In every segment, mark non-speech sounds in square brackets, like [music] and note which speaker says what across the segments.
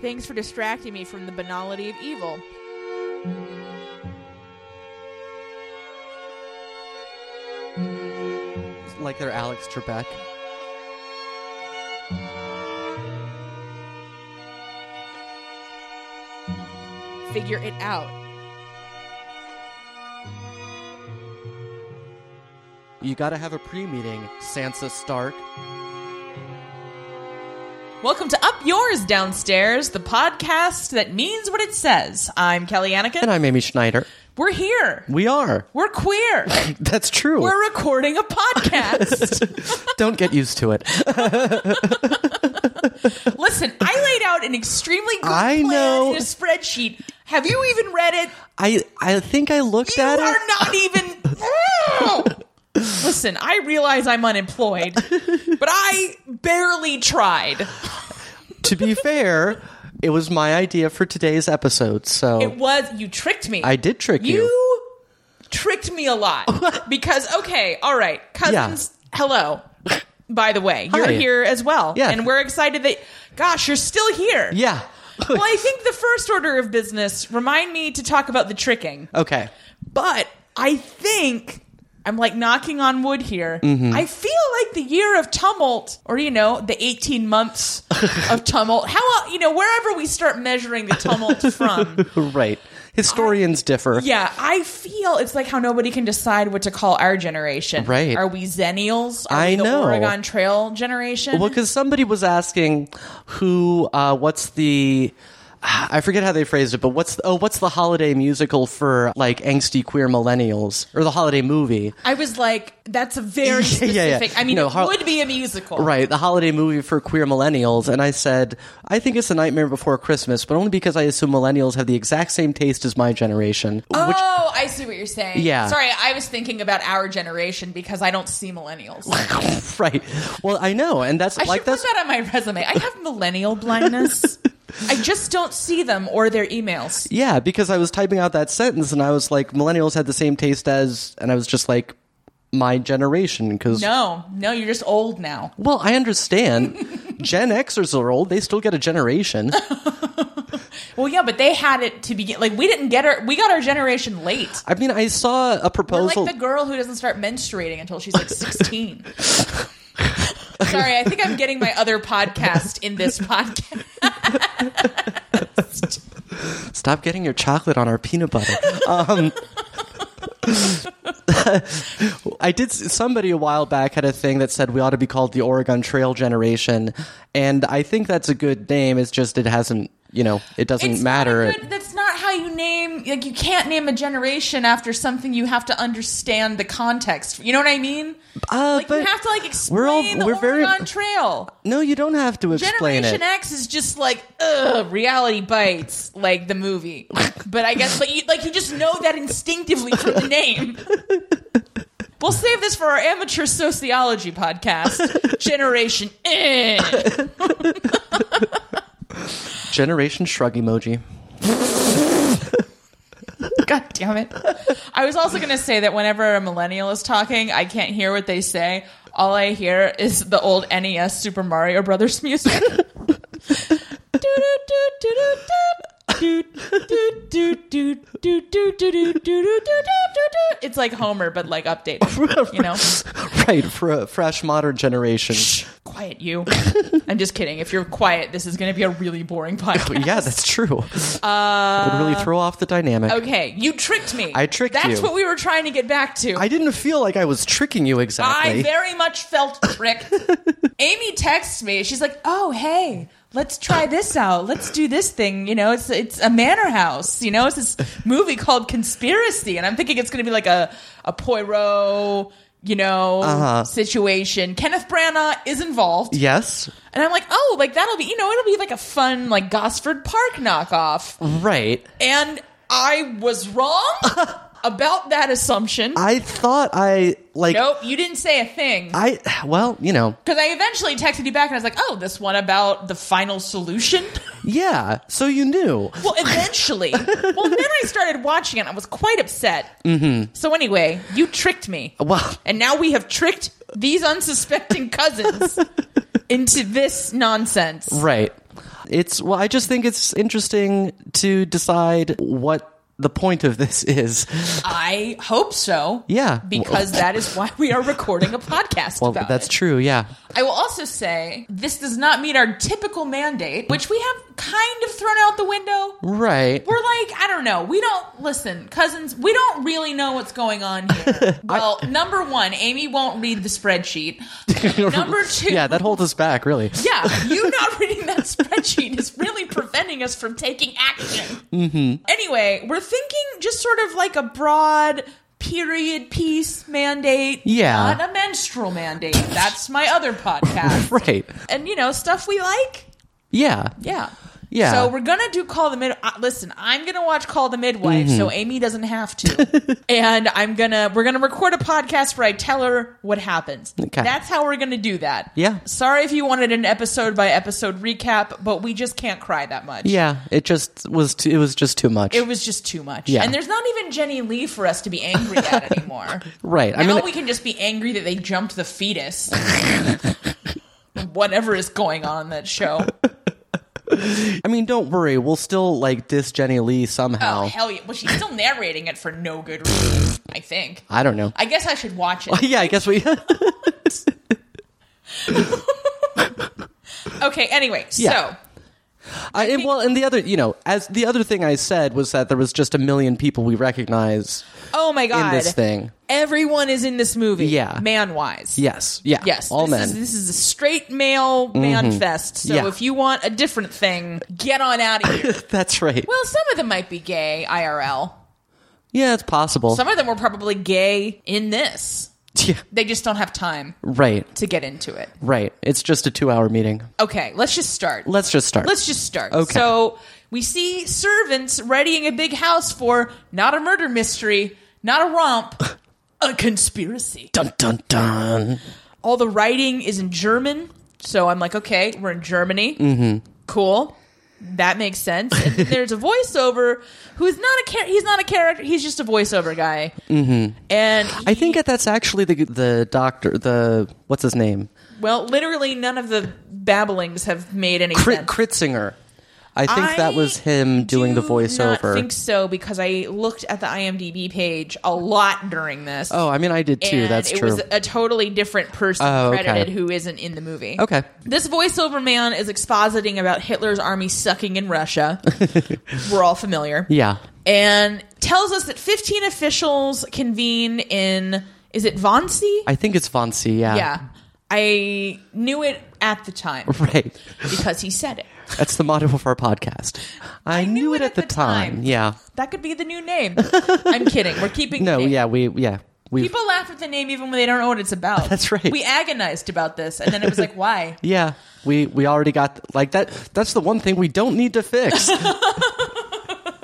Speaker 1: Thanks for distracting me from the banality of evil.
Speaker 2: Like they're Alex Trebek.
Speaker 1: Figure it out.
Speaker 2: You gotta have a pre meeting, Sansa Stark.
Speaker 3: Welcome to Up Yours Downstairs, the podcast that means what it says. I'm Kelly Anakin.
Speaker 2: And I'm Amy Schneider.
Speaker 3: We're here.
Speaker 2: We are. [laughs]
Speaker 3: We're queer.
Speaker 2: That's true.
Speaker 3: We're recording a podcast.
Speaker 2: [laughs] Don't get used to it. [laughs]
Speaker 3: Listen, I laid out an extremely good
Speaker 2: I
Speaker 3: plan
Speaker 2: know.
Speaker 3: in a spreadsheet. Have you even read it?
Speaker 2: I I think I looked
Speaker 3: You
Speaker 2: at
Speaker 3: are
Speaker 2: it.
Speaker 3: not even. Ew!
Speaker 2: [laughs]
Speaker 3: Listen, I realize I'm unemployed, but I barely tried. [laughs]
Speaker 2: to be fair, it was my idea for today's episode, so
Speaker 3: It was you tricked me.
Speaker 2: I did trick you.
Speaker 3: You tricked me a
Speaker 2: [laughs]
Speaker 3: lot because okay, all right, cousins. Hello. By the way, you're
Speaker 2: Hi.
Speaker 3: here as well,
Speaker 2: Yeah.
Speaker 3: and we're excited that. Gosh, you're still here.
Speaker 2: Yeah. [laughs]
Speaker 3: Well, I think the first order of business remind me to talk about the tricking,
Speaker 2: okay. [laughs]
Speaker 3: but I think. I'm like knocking on wood here.
Speaker 2: Mm-hmm.
Speaker 3: I feel like the year of tumult, or you know, the 18 months
Speaker 2: [laughs]
Speaker 3: of tumult. How you know wherever we start measuring the tumult
Speaker 2: [laughs]
Speaker 3: from,
Speaker 2: Right. Historians differ.
Speaker 3: Yeah, I feel it's like how nobody can decide what to call our generation.
Speaker 2: Right.
Speaker 3: Are we Zennials? Are
Speaker 2: I
Speaker 3: we the
Speaker 2: know.
Speaker 3: Oregon Trail generation?
Speaker 2: Well, because somebody was asking who, uh, what's the, I forget how they phrased it, but what's oh, what's the holiday musical for like angsty queer millennials or the holiday movie?
Speaker 3: I was like, that's a very
Speaker 2: [laughs] Yeah,
Speaker 3: specific.
Speaker 2: yeah, yeah.
Speaker 3: I mean,
Speaker 2: No,
Speaker 3: it
Speaker 2: Har-
Speaker 3: would be a musical.
Speaker 2: Right, the holiday movie for queer millennials, and I said I think it's a Nightmare Before Christmas, but only because I assume millennials have the exact same taste as my generation. Which
Speaker 3: Oh, I see what you're saying.
Speaker 2: Yeah.
Speaker 3: Sorry, I was thinking about our generation because I don't see millennials.
Speaker 2: [laughs] right. Well, I know, and that's
Speaker 3: I
Speaker 2: like
Speaker 3: should put
Speaker 2: that's
Speaker 3: that on my resume. I have
Speaker 2: [laughs]
Speaker 3: millennial blindness. I just don't see them or their emails.
Speaker 2: Yeah, because I was typing out that sentence and I was like, millennials had the same taste as, and I was just like, my generation. Because,
Speaker 3: No, no, you're just old now.
Speaker 2: well,
Speaker 3: [laughs]
Speaker 2: I understand. Gen Xers are old. They still get a generation.
Speaker 3: Well, yeah, but they had it to begin. Like we didn't get our, we got our generation late.
Speaker 2: I mean, I saw a
Speaker 3: We're
Speaker 2: proposal.
Speaker 3: like the girl who doesn't start menstruating until she's like
Speaker 2: [laughs]
Speaker 3: 16. Sorry, I think I'm getting my other podcast in
Speaker 2: [laughs]
Speaker 3: this podcast.
Speaker 2: Stop getting your chocolate on our peanut butter. Um, [laughs] I did. Somebody a while back had a thing that said we ought to be called the Oregon Trail Generation, and I think that's a good name. It's just it hasn't, you know, it doesn't
Speaker 3: It's not
Speaker 2: matter.
Speaker 3: a good- that's not how you name. Like you can't name a generation after something. You have to understand the context. You know what I mean?
Speaker 2: Uh,
Speaker 3: Like you have to like explain
Speaker 2: we're all-
Speaker 3: the
Speaker 2: we're very-
Speaker 3: Oregon Trail.
Speaker 2: No, you don't have to explain
Speaker 3: Generation
Speaker 2: it.
Speaker 3: X is just like ugh, reality bites, like the movie. But I guess, but you, like you just know that instinctively from the name. We'll save this for our amateur sociology podcast, Generation eh.
Speaker 2: Generation shrug emoji. [laughs]
Speaker 3: God damn it! [laughs] I was also going to say that whenever a millennial is talking, I can't hear what they say. All I hear is the old NES Super Mario Brothers [laughs] music. It's like Homer, but like updated. You
Speaker 2: [laughs]
Speaker 3: know,
Speaker 2: Right, for a fresh modern generation.
Speaker 3: quiet you. I'm just kidding. If you're quiet, this is going to be a really boring podcast.
Speaker 2: [laughs] Yeah, that's true. Uh, Would really throw off the dynamic.
Speaker 3: Okay, you tricked me.
Speaker 2: I tricked
Speaker 3: That's
Speaker 2: you.
Speaker 3: That's what we were trying to get back to.
Speaker 2: I didn't feel like I was tricking you
Speaker 3: I
Speaker 2: exactly.
Speaker 3: very much
Speaker 2: [laughs]
Speaker 3: felt tricked. Amy texts me. She's like, "Oh, hey, let's try this out. Let's do this thing. You know, it's it's a manor house. You know, it's this movie called Conspiracy, and I'm thinking it's going to be like a a Poirot." You know,
Speaker 2: Uh-huh.
Speaker 3: situation. Kenneth Branagh is involved,
Speaker 2: yes,
Speaker 3: and I'm like, oh, like that'll be, you know, it'll be like a fun, like Gosford Park knockoff.
Speaker 2: right.
Speaker 3: And I was
Speaker 2: [laughs]
Speaker 3: wrong about that assumption.
Speaker 2: I thought I like
Speaker 3: nope, you didn't say a thing.
Speaker 2: I well, you know,
Speaker 3: Because I eventually texted you back and I was like, oh, this one about the final
Speaker 2: [laughs]
Speaker 3: solution?
Speaker 2: yeah. So you knew.
Speaker 3: well, eventually. well, then I started watching it and I was quite upset. Mm-hmm. So, anyway, you tricked me. [laughs]
Speaker 2: Well,
Speaker 3: And now we have tricked
Speaker 2: [laughs]
Speaker 3: these unsuspecting cousins into this nonsense.
Speaker 2: right. It's well, I just think it's interesting to decide what the point of this is.
Speaker 3: I hope so.
Speaker 2: Yeah.
Speaker 3: Because that is why we are recording a podcast
Speaker 2: Well,
Speaker 3: about
Speaker 2: that's
Speaker 3: it.
Speaker 2: true. Yeah.
Speaker 3: I will also say this does not meet our typical mandate, which we have kind of thrown out the window.
Speaker 2: Right.
Speaker 3: We're like, I don't know. We don't listen, cousins. We don't really know what's going on
Speaker 2: [laughs]
Speaker 3: here. Well, number one, Amy won't read the spreadsheet.
Speaker 2: [laughs]
Speaker 3: number two,
Speaker 2: Yeah, that holds us back, really.
Speaker 3: yeah, you not [laughs] reading that spreadsheet is really preventing us from taking action. Mm-hmm. Anyway, we're thinking just sort of like a broad period piece mandate.
Speaker 2: Yeah.
Speaker 3: Not a menstrual mandate. That's my other podcast.
Speaker 2: [laughs] Right.
Speaker 3: and, you know, stuff we like.
Speaker 2: Yeah.
Speaker 3: Yeah.
Speaker 2: Yeah.
Speaker 3: So we're gonna do Call the Mid. Uh, listen, I'm gonna watch Call the Midwife, so
Speaker 2: Mm-hmm.
Speaker 3: Amy doesn't have
Speaker 2: [laughs]
Speaker 3: to. and I'm gonna we're gonna record a podcast where I tell her what happens.
Speaker 2: Okay.
Speaker 3: That's how we're gonna do that.
Speaker 2: Yeah.
Speaker 3: Sorry if you wanted an episode by episode recap, but we just can't cry that much.
Speaker 2: Yeah. It just was. Too, it was just too much.
Speaker 3: It was just too much.
Speaker 2: Yeah.
Speaker 3: And there's not even Jenny Lee for us to be angry
Speaker 2: [laughs]
Speaker 3: at anymore.
Speaker 2: right. I
Speaker 3: now
Speaker 2: mean,
Speaker 3: we can just be angry that they jumped the fetus.
Speaker 2: [laughs]
Speaker 3: Whatever is going on in that show.
Speaker 2: I mean, don't worry. We'll still like diss Jenny Lee somehow.
Speaker 3: Oh hell yeah! Well, she's still narrating it for no good reason. I think.
Speaker 2: I don't know.
Speaker 3: I guess [laughs] I should watch
Speaker 2: [laughs]
Speaker 3: it.
Speaker 2: yeah, I guess we.
Speaker 3: Okay. Anyway,
Speaker 2: Yeah.
Speaker 3: so
Speaker 2: I, and, well, and the other, you know, as the other thing I said was that there was just a million people we recognize
Speaker 3: oh my
Speaker 2: in
Speaker 3: god,
Speaker 2: this thing.
Speaker 3: everyone is in this movie.
Speaker 2: Yeah.
Speaker 3: man wise.
Speaker 2: Yes. Yeah.
Speaker 3: Yes,
Speaker 2: All
Speaker 3: this
Speaker 2: men. Mm-hmm.
Speaker 3: Is, this is a straight male man fest. So
Speaker 2: Yeah.
Speaker 3: if you want a different thing, get on out of
Speaker 2: [coughs]
Speaker 3: here.
Speaker 2: [laughs] That's right.
Speaker 3: well, some of them might be gay IRL.
Speaker 2: yeah, it's possible.
Speaker 3: Some of them were probably gay in this.
Speaker 2: [laughs] yeah.
Speaker 3: They just don't have time
Speaker 2: Right.
Speaker 3: to get into it.
Speaker 2: Right. It's just a two-hour meeting.
Speaker 3: Okay, let's just start.
Speaker 2: Let's just start.
Speaker 3: Let's just start.
Speaker 2: Okay.
Speaker 3: So we see servants readying a big house for not a murder mystery, not a romp, a conspiracy.
Speaker 2: dun dun dun.
Speaker 3: All the writing is in German. So I'm like, okay, we're in Germany. Mm-hmm. Cool. That makes sense. And then there's a voiceover who's not a char- he's not a character. He's just a voiceover guy. Mm-hmm. And
Speaker 2: I think that that's actually the the doctor. The what's his name?
Speaker 3: well, literally none of the babblings have made any
Speaker 2: Krit,
Speaker 3: sense.
Speaker 2: Kritzinger. I think that was him doing the
Speaker 3: do not
Speaker 2: voiceover.
Speaker 3: think so because I looked at the IMDb page a lot during this.
Speaker 2: oh, I mean, I did too.
Speaker 3: and
Speaker 2: That's
Speaker 3: it
Speaker 2: true.
Speaker 3: was a totally different person
Speaker 2: Oh, okay.
Speaker 3: credited who isn't in the movie.
Speaker 2: Okay.
Speaker 3: This voiceover man is expositing about Hitler's army sucking in
Speaker 2: [laughs]
Speaker 3: Russia. We're all familiar.
Speaker 2: yeah.
Speaker 3: And tells us that 15 officials convene in, is it Wannsee?
Speaker 2: I think it's Fonzie. Yeah.
Speaker 3: yeah. I knew it at the time
Speaker 2: [laughs] Right.
Speaker 3: because he said it.
Speaker 2: That's the motto of our podcast. I, knew, it at, the time. Yeah.
Speaker 3: That could be the new
Speaker 2: [laughs]
Speaker 3: name. I'm kidding. We're keeping
Speaker 2: No.
Speaker 3: the name.
Speaker 2: Yeah. We. Yeah. We.
Speaker 3: People laugh at the name even when they don't know what it's about.
Speaker 2: [laughs] That's right.
Speaker 3: We agonized about this, and then it was like, why?
Speaker 2: Yeah. We. We already got like that. That's the one thing we don't need to fix.
Speaker 3: [laughs]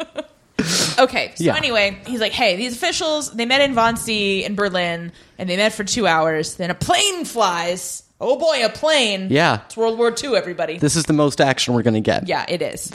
Speaker 3: Okay. So
Speaker 2: [laughs] Yeah.
Speaker 3: anyway, he's like, hey, these officials, they met in Wannsee in Berlin, and they met for two hours. Then a plane flies. Oh boy, a plane.
Speaker 2: Yeah.
Speaker 3: It's World War II, everybody.
Speaker 2: this is the most action we're gonna get.
Speaker 3: yeah, it
Speaker 2: [laughs]
Speaker 3: is.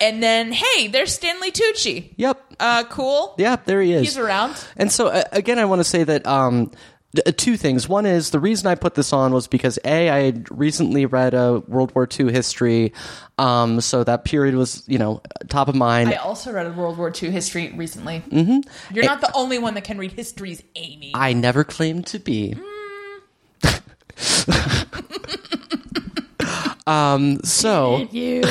Speaker 3: and then, hey, there's Stanley Tucci.
Speaker 2: Yep.
Speaker 3: Uh, cool.
Speaker 2: Yeah, there he is.
Speaker 3: He's around.
Speaker 2: And so, uh, again, I want to say that um, th- uh, two things. One is the reason I put this on was because a I had recently read a World War II history, um, so that period was you know top of mind.
Speaker 3: I also read a World War II history recently. Mm-hmm. You're not the only one that can read histories, Amy.
Speaker 2: I never claimed to be. [laughs] um,
Speaker 3: [laughs]
Speaker 2: so [laughs]
Speaker 3: you.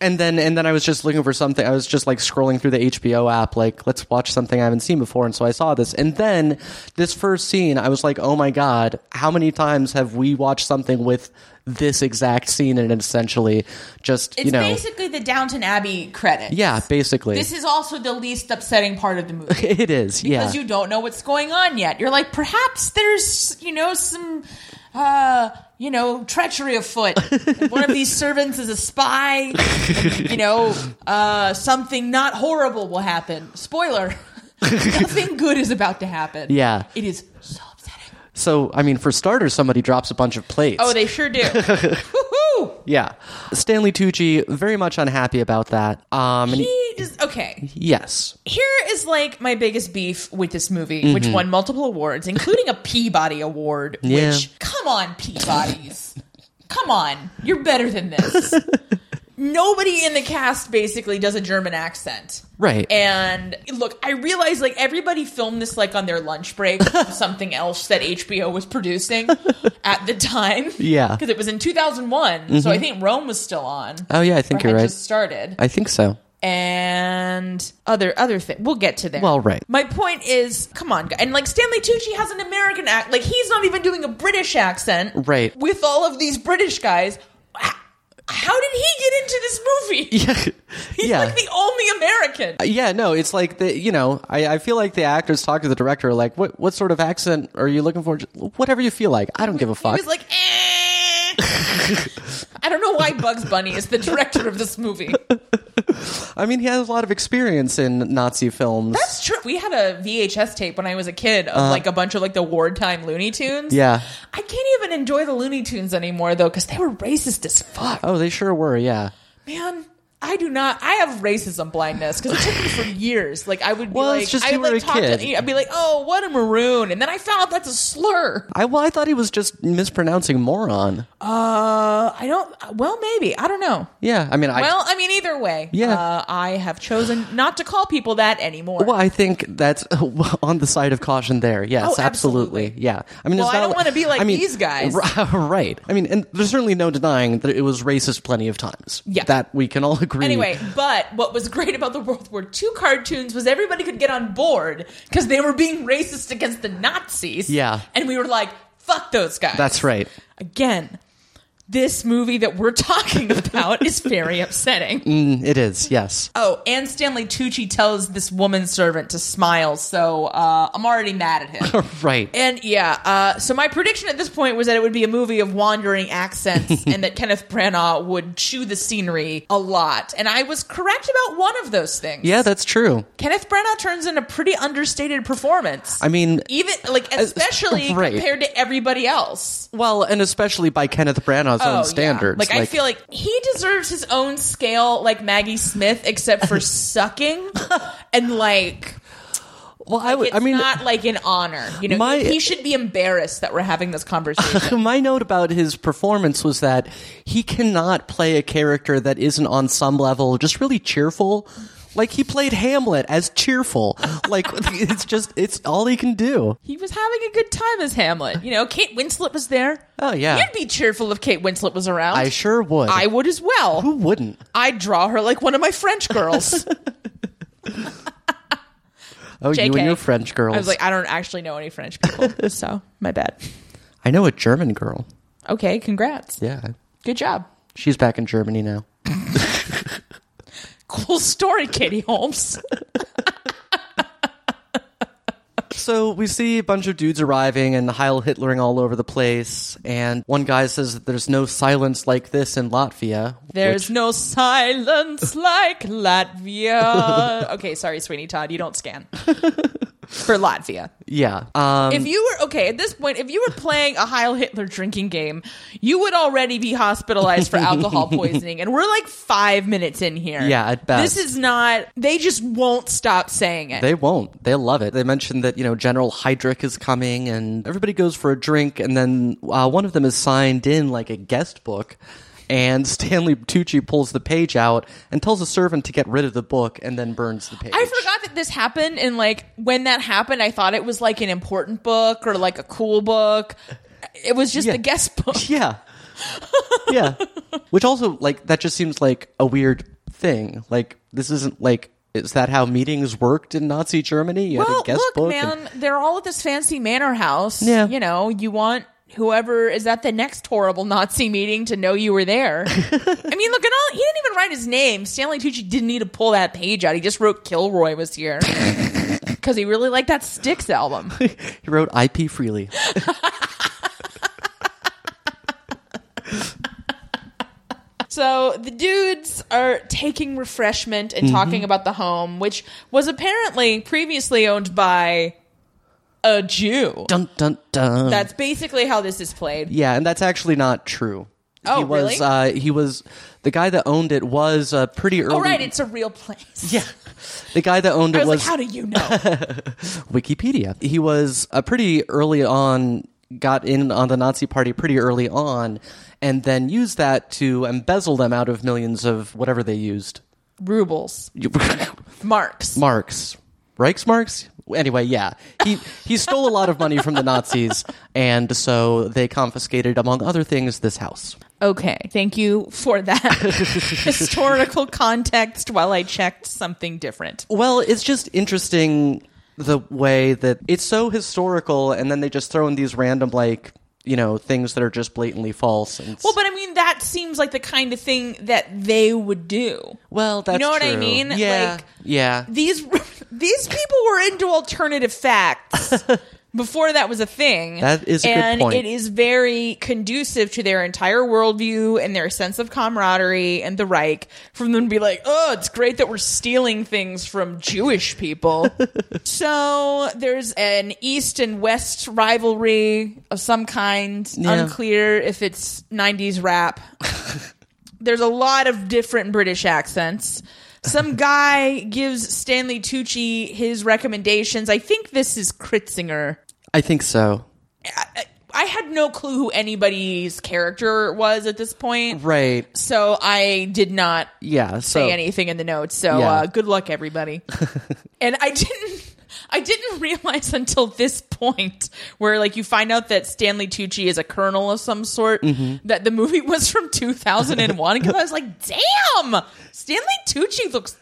Speaker 2: and then and then I was just looking for something. I was just like scrolling through the HBO app, like let's watch something I haven't seen before. And so I saw this, and then this first scene, I was like, oh my god, how many times have we watched something with this exact scene? And essentially, just
Speaker 3: It's
Speaker 2: you know,
Speaker 3: basically the Downton Abbey credit.
Speaker 2: yeah, basically,
Speaker 3: This is also the least upsetting part of the movie.
Speaker 2: [laughs] it is, yeah,
Speaker 3: Because you don't know what's going on yet. You're like, perhaps there's, you know, some, uh, you know, treachery afoot. And One of these servants is a spy. And, you know, uh, something not horrible will happen. Spoiler. Nothing good is about to happen.
Speaker 2: Yeah.
Speaker 3: It is so upsetting.
Speaker 2: so I mean, for starters, somebody drops a bunch of plates.
Speaker 3: Oh, they sure do. Woohoo!
Speaker 2: yeah, Stanley Tucci very much unhappy about that. Um, and
Speaker 3: He is, okay.
Speaker 2: yes,
Speaker 3: Here is like my biggest beef with this movie, which won multiple awards, including a Peabody Award.
Speaker 2: Mm-hmm. [laughs] Yeah.
Speaker 3: Which, come on, Peabodys. come on, you're better than
Speaker 2: [laughs]
Speaker 3: this. Nobody in the cast basically does a German accent.
Speaker 2: Right.
Speaker 3: And look, I realize like everybody filmed this like on their lunch
Speaker 2: [laughs]
Speaker 3: break, of something else that HBO was producing at the time.
Speaker 2: Yeah.
Speaker 3: Because it was in 2001. So I think Rome was still on.
Speaker 2: Oh, yeah, I think
Speaker 3: or
Speaker 2: you're
Speaker 3: had
Speaker 2: right.
Speaker 3: Just started
Speaker 2: I think so.
Speaker 3: and other other thing. We'll get to there.
Speaker 2: Well, right.
Speaker 3: My point is, come on, gu- and like Stanley Tucci has an American act. Like he's not even doing a British accent,
Speaker 2: Right.
Speaker 3: With all of these British guys, H- how did he get into this movie?
Speaker 2: Yeah.
Speaker 3: [laughs] He's
Speaker 2: [laughs] yeah.
Speaker 3: like the only American.
Speaker 2: yeah, no, it's like the you know, I, I feel like the actors talk to the director like, what what sort of accent are you looking for? Just Whatever you feel like. I don't give a
Speaker 3: He
Speaker 2: fuck.
Speaker 3: was like,
Speaker 2: [laughs]
Speaker 3: eh. I don't know why Bugs Bunny is the director of this
Speaker 2: [laughs]
Speaker 3: movie.
Speaker 2: I mean, he has a lot of experience in Nazi films.
Speaker 3: That's true. We had a VHS tape when I was a kid of like a bunch of like the wartime Looney Tunes.
Speaker 2: Uh-huh. Yeah.
Speaker 3: I can't even enjoy the Looney Tunes anymore though because they were racist as fuck.
Speaker 2: oh, they sure were. Yeah.
Speaker 3: Man, I do not. I have racism blindness because it took me for years. Like I would be
Speaker 2: Well,
Speaker 3: like,
Speaker 2: it's just
Speaker 3: I
Speaker 2: you
Speaker 3: would,
Speaker 2: were
Speaker 3: like
Speaker 2: a
Speaker 3: talk
Speaker 2: kid.
Speaker 3: to. I'd be like, oh, what a maroon, and then I found out that's a slur.
Speaker 2: I well, I thought he was just mispronouncing moron.
Speaker 3: Uh, I don't. Well, maybe I don't know.
Speaker 2: Yeah, I mean, I
Speaker 3: Well, I mean, either way,
Speaker 2: Yeah.
Speaker 3: Uh, I have chosen not to call people that anymore.
Speaker 2: Well, I think that's [laughs] on the side of caution there. Yes,
Speaker 3: Oh, absolutely.
Speaker 2: absolutely. Yeah. I mean,
Speaker 3: Well,
Speaker 2: it's
Speaker 3: I
Speaker 2: not
Speaker 3: don't wanna be like
Speaker 2: I mean,
Speaker 3: these guys.
Speaker 2: [laughs] r- Right. I mean, and there's certainly no denying that it was racist plenty of times.
Speaker 3: Yeah.
Speaker 2: That we can all [laughs] agree.
Speaker 3: Anyway, but what was great about the World War II cartoons was everybody could get on board because they were being racist against the Nazis.
Speaker 2: Yeah.
Speaker 3: And we were like, fuck those guys.
Speaker 2: That's right.
Speaker 3: Again, this movie that we're [laughs] talking about is very upsetting.
Speaker 2: Mm, It is. Yes.
Speaker 3: Oh, and Stanley Tucci tells this woman servant to smile, so uh, I'm already mad at
Speaker 2: [laughs]
Speaker 3: him.
Speaker 2: right.
Speaker 3: And yeah, uh, so my prediction at this point was that it would be a movie of wandering
Speaker 2: [laughs]
Speaker 3: accents and that Kenneth Branagh would chew the scenery a lot. And I was correct about one of those things.
Speaker 2: yeah, that's true.
Speaker 3: Kenneth Branagh turns in a pretty understated performance.
Speaker 2: I mean, uh,
Speaker 3: even like especially
Speaker 2: [laughs] right.
Speaker 3: compared to everybody else.
Speaker 2: well, and especially by Kenneth Branagh's
Speaker 3: Oh, yeah.
Speaker 2: own standards.
Speaker 3: Like, I feel like he deserves his own scale, like Maggie Smith, except
Speaker 2: [laughs]
Speaker 3: for sucking and like
Speaker 2: Well, I would.
Speaker 3: it's
Speaker 2: I mean,
Speaker 3: not like an honor. You know,
Speaker 2: My-
Speaker 3: he should be embarrassed that we're having this conversation.
Speaker 2: [laughs] my note about his performance was that he cannot play a character that isn't on some level just really cheerful. Like he played Hamlet as cheerful. [laughs] Like it's just it's all he can do.
Speaker 3: he was having a good time as Hamlet. You know, Kate Winslet was there.
Speaker 2: Oh, yeah.
Speaker 3: you'd be cheerful if Kate Winslet was around.
Speaker 2: I sure would.
Speaker 3: I would as well.
Speaker 2: Who wouldn't?
Speaker 3: I'd draw her like one of my
Speaker 2: [laughs]
Speaker 3: French girls.
Speaker 2: Oh, you
Speaker 3: JK.
Speaker 2: and your French girls.
Speaker 3: I was like, I don't actually know any French
Speaker 2: [laughs]
Speaker 3: people, so my bad.
Speaker 2: I know a German girl.
Speaker 3: Okay, congrats.
Speaker 2: Yeah,
Speaker 3: Good job.
Speaker 2: she's back in Germany now.
Speaker 3: Cool story, Katie
Speaker 2: [laughs]
Speaker 3: Holmes.
Speaker 2: So we see a bunch of dudes arriving and Heil Hitlering all over the place. And one guy says that there's no silence like this in Latvia.
Speaker 3: There's
Speaker 2: which-
Speaker 3: no silence like
Speaker 2: [laughs]
Speaker 3: Latvia. okay, sorry, Sweeney Todd, you don't scan for Latvia.
Speaker 2: yeah. Um,
Speaker 3: If you were okay at this point, if you were playing a Heil Hitler drinking game, you would already be hospitalized for
Speaker 2: [laughs]
Speaker 3: alcohol poisoning, and we're like five minutes in here.
Speaker 2: Yeah, at best.
Speaker 3: this is not. They just won't stop saying it.
Speaker 2: They won't. They love it. They mentioned that, you know, General Heydrich is coming and everybody goes for a drink. And then uh, one of them is signed in like a guest book. And [laughs] Stanley Tucci pulls the page out and tells a servant to get rid of the book and then burns the page.
Speaker 3: I forgot that this happened, and like when that happened, I thought it was like an important book or like a cool book. It was just
Speaker 2: Yeah.
Speaker 3: the guest book.
Speaker 2: [laughs] Yeah. yeah. Which also, like, that just seems like a weird thing. Like, this isn't like. Is that how meetings worked in Nazi Germany? You had
Speaker 3: Well,
Speaker 2: a guest
Speaker 3: look,
Speaker 2: book. and-
Speaker 3: man, they're all at this fancy manor house.
Speaker 2: Yeah.
Speaker 3: You know, you want whoever is at the next horrible Nazi meeting to know you were
Speaker 2: [laughs]
Speaker 3: there. I mean, look at all, he didn't even write his name. Stanley Tucci didn't need to pull that page out. He just wrote Kilroy was
Speaker 2: [laughs]
Speaker 3: here. Because he really liked that Styx album.
Speaker 2: he wrote IP freely.
Speaker 3: So the dudes are taking refreshment
Speaker 2: Mm-hmm.
Speaker 3: and talking about the home, which was apparently previously owned by a Jew.
Speaker 2: dun, dun, dun.
Speaker 3: That's basically how this is played.
Speaker 2: Yeah, and that's actually not true.
Speaker 3: Oh,
Speaker 2: he was
Speaker 3: really?
Speaker 2: uh, he was the guy that owned it was uh, pretty early.
Speaker 3: Oh, right, it's a real place.
Speaker 2: yeah. The guy that owned
Speaker 3: I
Speaker 2: it
Speaker 3: was,
Speaker 2: was,
Speaker 3: like, how do you know?
Speaker 2: Wikipedia. He was a pretty uh, early on got in on the Nazi party pretty early on and then used that to embezzle them out of millions of whatever they used.
Speaker 3: [laughs] Rubles, marks.
Speaker 2: Marx. Reichsmarx? Anyway, yeah. He he stole a lot of money from the Nazis and so they confiscated among other things this house.
Speaker 3: Okay, thank you for
Speaker 2: [laughs]
Speaker 3: that historical context while I checked something different.
Speaker 2: Well, it's just interesting the way that it's so historical, and then they just throw in these random like you know things that are just blatantly false. And
Speaker 3: Well, but I mean, that seems like the kind of thing that they would do.
Speaker 2: well, that's
Speaker 3: know what I
Speaker 2: true.
Speaker 3: mean?
Speaker 2: Yeah,
Speaker 3: Like-
Speaker 2: yeah.
Speaker 3: These [laughs] these people were into alternative facts
Speaker 2: [laughs]
Speaker 3: before that was a thing.
Speaker 2: That is a good
Speaker 3: and
Speaker 2: point.
Speaker 3: it is very conducive to their entire worldview and their sense of camaraderie and the Reich. From them to be like, oh, it's great that we're stealing things from Jewish
Speaker 2: [laughs]
Speaker 3: people. so there's an East and West rivalry of some kind.
Speaker 2: Yeah.
Speaker 3: Unclear if it's '90s
Speaker 2: [laughs]
Speaker 3: rap there's a lot of different British accents.
Speaker 2: [laughs]
Speaker 3: Some guy gives Stanley Tucci his recommendations. I think this is Kritzinger.
Speaker 2: I think so.
Speaker 3: I had no clue who anybody's character was at this point,
Speaker 2: Right.
Speaker 3: so I did not
Speaker 2: Yeah. So
Speaker 3: say anything in the notes. So
Speaker 2: Yeah.
Speaker 3: uh, good luck,
Speaker 2: [laughs]
Speaker 3: everybody. and I didn't. I didn't realize until this point where like you find out that Stanley Tucci is a colonel of some sort
Speaker 2: Mm-hmm.
Speaker 3: that the movie was from 2001 because I was like, "Damn, Stanley Tucci looks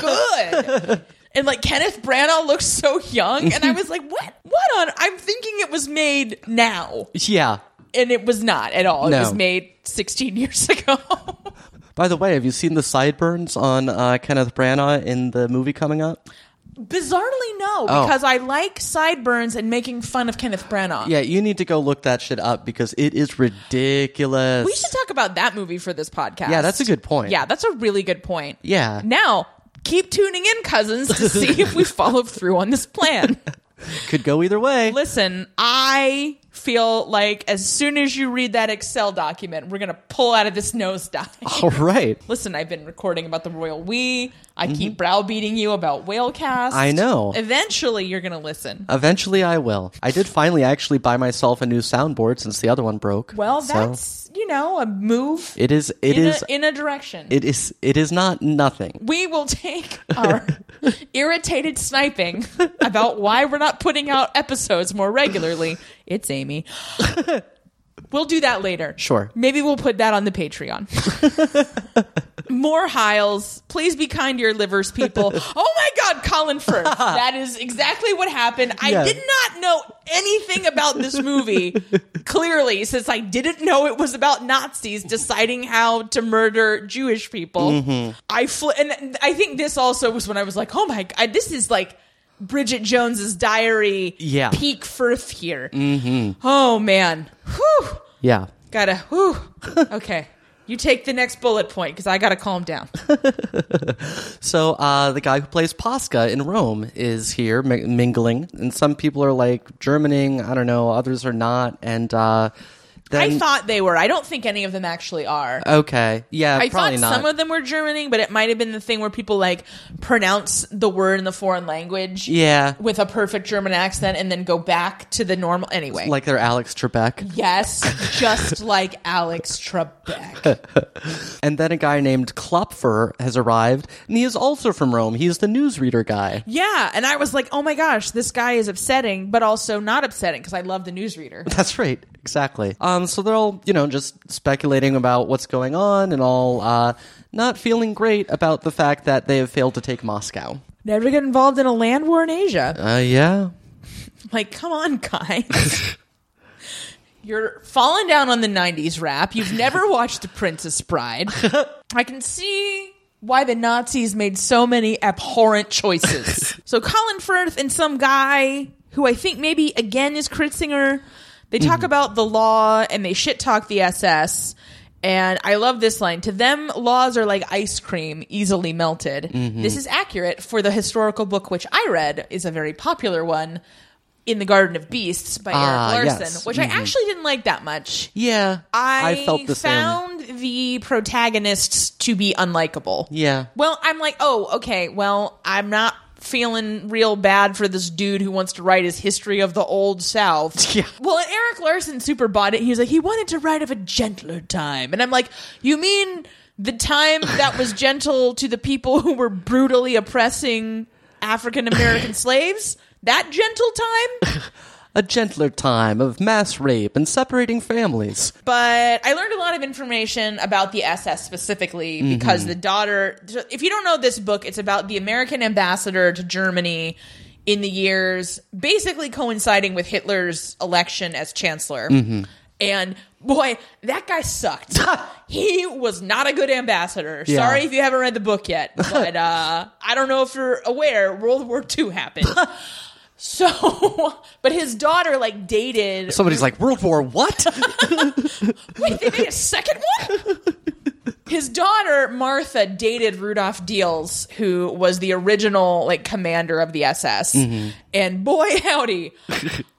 Speaker 3: good."
Speaker 2: [laughs]
Speaker 3: And like Kenneth Branagh looks so young and I was like, "What? What on I'm thinking it was made now."
Speaker 2: yeah.
Speaker 3: And it was not at all. It
Speaker 2: No.
Speaker 3: was made 16 years [laughs] ago.
Speaker 2: By the way, have you seen the sideburns on uh, Kenneth Branagh in the movie coming up?
Speaker 3: Bizarrely, no,
Speaker 2: Oh.
Speaker 3: because I like sideburns and making fun of Kenneth Branagh.
Speaker 2: Yeah, you need to go look that shit up because it is ridiculous.
Speaker 3: We should talk about that movie for this podcast.
Speaker 2: Yeah, that's a good point.
Speaker 3: Yeah, that's a really good point.
Speaker 2: Yeah.
Speaker 3: Now, keep tuning in, cousins, to see if
Speaker 2: [laughs]
Speaker 3: we follow through on this plan.
Speaker 2: Could go either way.
Speaker 3: Listen, I feel like as soon as you read that Excel document, we're going to pull out of this nosedive.
Speaker 2: All right.
Speaker 3: [laughs] Listen, I've been recording about the royal we. I keep browbeating you about Whalecast.
Speaker 2: Mm-hmm. I know. Uh,
Speaker 3: Eventually, you're going to listen.
Speaker 2: Eventually, I will. I did finally actually buy myself a new soundboard since the other one broke.
Speaker 3: Well,
Speaker 2: So,
Speaker 3: that's, you know, a move
Speaker 2: it is. It
Speaker 3: in,
Speaker 2: is.
Speaker 3: a, in a direction.
Speaker 2: it is. It is not nothing.
Speaker 3: we will take our irritated sniping about why we're not putting out episodes more regularly. It's Amy. We'll do that later.
Speaker 2: Sure.
Speaker 3: Maybe we'll put that on the Patreon. More Hiles. Please be kind to your livers, people. Oh my God, Colin Firth. That is exactly what happened. I
Speaker 2: Yeah.
Speaker 3: did not know anything about this movie, clearly, since I didn't know it was about Nazis deciding how to murder Jewish people. I fl- and I think this also was when I was like, oh my God, this is like Bridget Jones's diary
Speaker 2: Yeah. Mm-hmm.
Speaker 3: peak Firth here. Oh man. Whew.
Speaker 2: Yeah.
Speaker 3: Gotta, whew. Okay. You take the next bullet point because I gotta calm down.
Speaker 2: So uh, the guy who plays Posca in Rome is here m- mingling, and some people are like Germaning. I don't know. Others are not. And uh, then
Speaker 3: I thought they were. I don't think any of them actually are.
Speaker 2: okay, yeah,
Speaker 3: I
Speaker 2: probably
Speaker 3: thought
Speaker 2: not.
Speaker 3: some of them were Germaning, but it might have been the thing where people like pronounce the word in the foreign language
Speaker 2: yeah,
Speaker 3: with a perfect German accent and then go back to the normal. Anyway.
Speaker 2: like they're Alex Trebek.
Speaker 3: [laughs] yes, just like Alex Trebek.
Speaker 2: And then a guy named Klopfer has arrived, and he is also from Rome. He is the newsreader guy. [laughs]
Speaker 3: Yeah. And I was like, oh my gosh, this guy is upsetting, but also not upsetting because I love the newsreader.
Speaker 2: That's right, exactly. Um, so they're all, you know, just speculating about what's going on and all uh, not feeling great about the fact that they have failed to take Moscow.
Speaker 3: Never get involved in a land war in Asia.
Speaker 2: Uh, yeah.
Speaker 3: [laughs] Like, come on, guys. You're falling down on the 90s rap. You've [laughs] never watched The Princess Bride. I can see why the Nazis made so many abhorrent
Speaker 2: [laughs]
Speaker 3: choices. so, Colin Firth and some guy who I think maybe again is Kritzinger, they talk
Speaker 2: Mm-hmm.
Speaker 3: about the law and they shit talk the SS. And I love this line. To them, laws are like ice cream, easily melted.
Speaker 2: Mm-hmm.
Speaker 3: This is accurate for the historical book which I read is a very popular one, In the Garden of Beasts by
Speaker 2: Ah,
Speaker 3: Eric Larson,
Speaker 2: yes.
Speaker 3: which I actually didn't like that much.
Speaker 2: Yeah.
Speaker 3: I,
Speaker 2: felt the same.
Speaker 3: found the protagonists to be unlikable.
Speaker 2: Yeah.
Speaker 3: Well, I'm like, oh, okay. Well, I'm not feeling real bad for this dude who wants to write his history of the old South.
Speaker 2: [laughs] Yeah.
Speaker 3: Well, and Eric Larson super bought it. He was like, he wanted to write of a gentler time. And I'm like, you mean the time that
Speaker 2: [laughs]
Speaker 3: was gentle to the people who were brutally oppressing African
Speaker 2: [laughs]
Speaker 3: American slaves? That gentle time?
Speaker 2: A gentler time of mass rape and separating families.
Speaker 3: But I learned a lot of information about the SS specifically because the daughter. If you don't know this book, it's about the American ambassador to Germany in the years basically coinciding with Hitler's election as chancellor. And boy, that guy sucked. he was not a good ambassador.
Speaker 2: Yeah.
Speaker 3: Sorry if you haven't read the book yet, but uh, I don't know if you're aware, World War II happened. So, [laughs] but his daughter like dated
Speaker 2: Somebody's like, World War what? [laughs]
Speaker 3: Wait, they made a second one? His daughter Martha dated Rudolph Diels, who was the original like commander of the SS. And boy [laughs] howdy.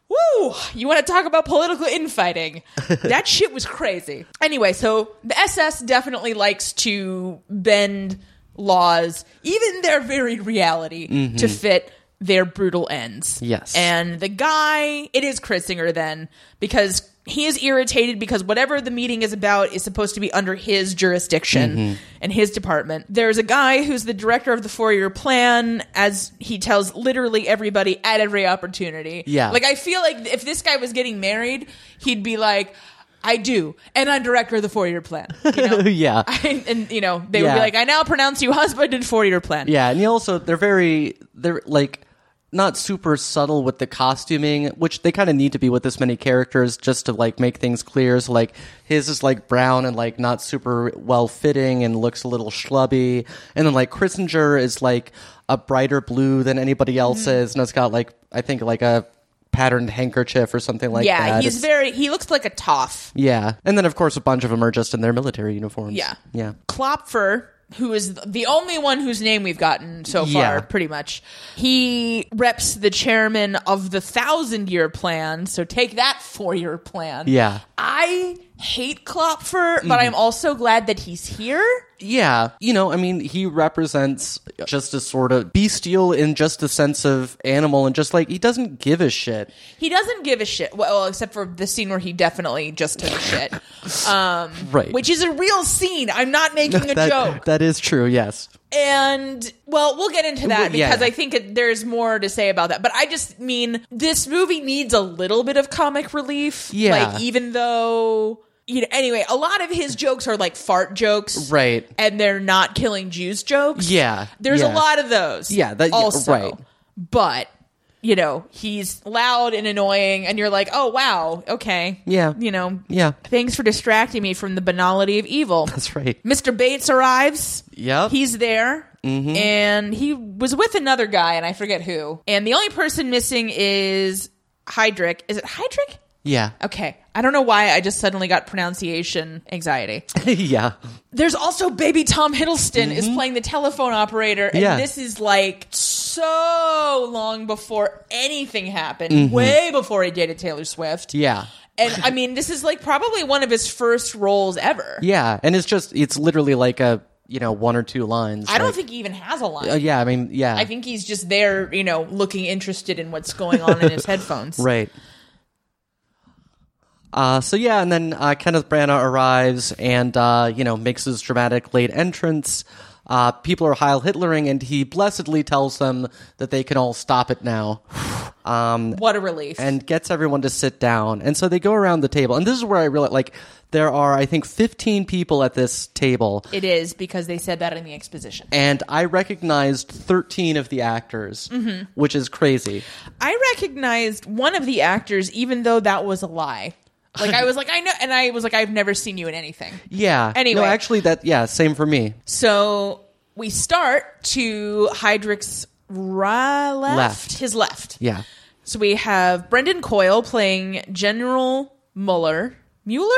Speaker 3: Woo! You want to talk about political infighting? That shit was crazy. Anyway, so the SS definitely likes to bend laws, even their very reality, to fit their brutal ends.
Speaker 2: Yes.
Speaker 3: And and the guy, it is Chris Singer then, because he is irritated because whatever the meeting is about is supposed to be under his jurisdiction
Speaker 2: Mm-hmm.
Speaker 3: and his department. There's a guy who's the director of the four year plan, as he tells literally everybody at every opportunity.
Speaker 2: Yeah.
Speaker 3: Like, I feel like if this guy was getting married, he'd be like, I do, and I'm director of the four year plan. You
Speaker 2: [laughs]
Speaker 3: know?
Speaker 2: yeah.
Speaker 3: and, and, you know, they would
Speaker 2: Yeah.
Speaker 3: be like, I now pronounce you husband and four year plan.
Speaker 2: Yeah, and you also they're very they're like not super subtle with the costuming, which they kind of need to be with this many characters just to like make things clear. So like his is like brown and like not super well fitting and looks a little schlubby, and then like Christinger is like a brighter blue than
Speaker 3: Mm-hmm.
Speaker 2: anybody else's, and it's got like I think like a patterned handkerchief or something like
Speaker 3: Yeah,
Speaker 2: that.
Speaker 3: he's
Speaker 2: It's-
Speaker 3: very, he looks like a toff.
Speaker 2: yeah, and then of course a bunch of them are just in their military uniforms.
Speaker 3: Yeah.
Speaker 2: yeah.
Speaker 3: Klopfer, who is the only one whose name we've gotten so far,
Speaker 2: Yeah.
Speaker 3: pretty much, he reps the chairman of the thousand year plan. So take that four year plan.
Speaker 2: Yeah. Mm.
Speaker 3: I hate Klopfer, but I'm also glad that he's here.
Speaker 2: Yeah, you know, I mean, he represents just a sort of bestial in just the sense of animal, and just like he doesn't give a shit.
Speaker 3: He doesn't give a shit. Well, except for the scene where he definitely just took a
Speaker 2: [laughs]
Speaker 3: shit. Um,
Speaker 2: Right.
Speaker 3: Which is a real scene. I'm not making a
Speaker 2: [laughs] that,
Speaker 3: joke.
Speaker 2: That is true. Yes.
Speaker 3: And well, we'll get into that
Speaker 2: Well, yeah.
Speaker 3: because I think it, there's more to say about that. But I just mean this movie needs a little bit of comic relief.
Speaker 2: Yeah.
Speaker 3: Like even though you know anyway, a lot of his jokes are like fart jokes.
Speaker 2: Right.
Speaker 3: And they're not killing Jews jokes.
Speaker 2: Yeah,
Speaker 3: There's a
Speaker 2: yeah.
Speaker 3: lot of those.
Speaker 2: Yeah, that- yeah,
Speaker 3: also.
Speaker 2: right.
Speaker 3: But you know, he's loud and annoying and you're like, "Oh wow, okay."
Speaker 2: Yeah.
Speaker 3: You know.
Speaker 2: Yeah.
Speaker 3: Thanks for distracting me from the banality of evil.
Speaker 2: That's right.
Speaker 3: Mr. Bates arrives.
Speaker 2: Yep. Mm-hmm.
Speaker 3: He's there. And he was with another guy, and I forget who. And the only person missing is Heydrich. Is it Heydrich?
Speaker 2: Yeah.
Speaker 3: Okay. I don't know why I just suddenly got pronunciation anxiety.
Speaker 2: [laughs] yeah.
Speaker 3: There's also baby Tom Hiddleston is playing the telephone operator. And
Speaker 2: Mm-hmm. Yeah.
Speaker 3: this is like so long before anything happened, way before he dated Taylor Swift.
Speaker 2: Mm-hmm. Yeah.
Speaker 3: And I mean, this is like probably one of his first roles ever.
Speaker 2: Yeah. And it's just it's literally like a you know one or two lines.
Speaker 3: I don't
Speaker 2: like-
Speaker 3: think he even has a line.
Speaker 2: Uh, yeah. I mean. Yeah.
Speaker 3: I think he's just there, you know, looking interested in what's going on in
Speaker 2: [laughs]
Speaker 3: his headphones.
Speaker 2: Right. Uh, so yeah, and then uh, Kenneth Branagh arrives and uh, you know makes his dramatic late entrance. Uh, people are Heil Hitlering, and he blessedly tells them that they can all stop it now, um,
Speaker 3: What a relief.
Speaker 2: and gets everyone to sit down. And so they go around the table, and this is where I realize like there are I think fifteen people at this table,
Speaker 3: it is because they said that in the exposition.
Speaker 2: and I recognized thirteen of the actors, which is crazy.
Speaker 3: I recognized one of the actors, even though that was a lie. Like I was like, I know, and I was like, I've never seen you in anything.
Speaker 2: Yeah.
Speaker 3: Anyway.
Speaker 2: no, actually, that yeah, same for me.
Speaker 3: So we start to Heydrich's right left,
Speaker 2: Left.
Speaker 3: his left.
Speaker 2: Yeah.
Speaker 3: So we have Brendan Coyle playing General Mueller, Mueller,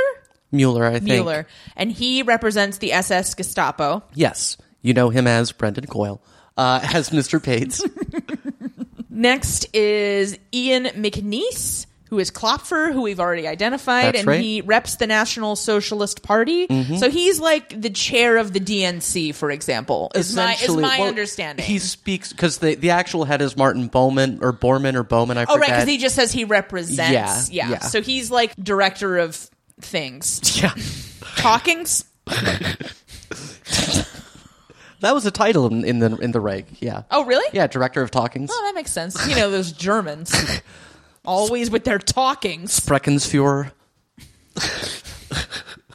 Speaker 2: Mueller, I think.
Speaker 3: Mueller, and he represents the SS Gestapo.
Speaker 2: Yes, you know him as Brendan Coyle, uh, as Mr. Pates.
Speaker 3: Next is Ian McNeice, who is Klopfer, who we've already identified,
Speaker 2: That's
Speaker 3: and
Speaker 2: right. Mm-hmm.
Speaker 3: he reps the National Socialist Party. So he's like the chair of the DNC, for example. [laughs] Is my is
Speaker 2: Essentially-
Speaker 3: my
Speaker 2: well,
Speaker 3: understanding?
Speaker 2: He speaks because the the actual head is Martin Bowman or Borman or Bowman. I
Speaker 3: oh, right,
Speaker 2: forget.
Speaker 3: because he just says he represents.
Speaker 2: Yeah,
Speaker 3: Yeah,
Speaker 2: yeah.
Speaker 3: So he's like director of things,
Speaker 2: [laughs] yeah,
Speaker 3: talkings.
Speaker 2: that was the title in, in the in the reg. Yeah.
Speaker 3: Oh, really?
Speaker 2: Yeah, director of talkings.
Speaker 3: Oh, that makes sense. You know those Germans, always with their talkings.
Speaker 2: Freckensfuhrer.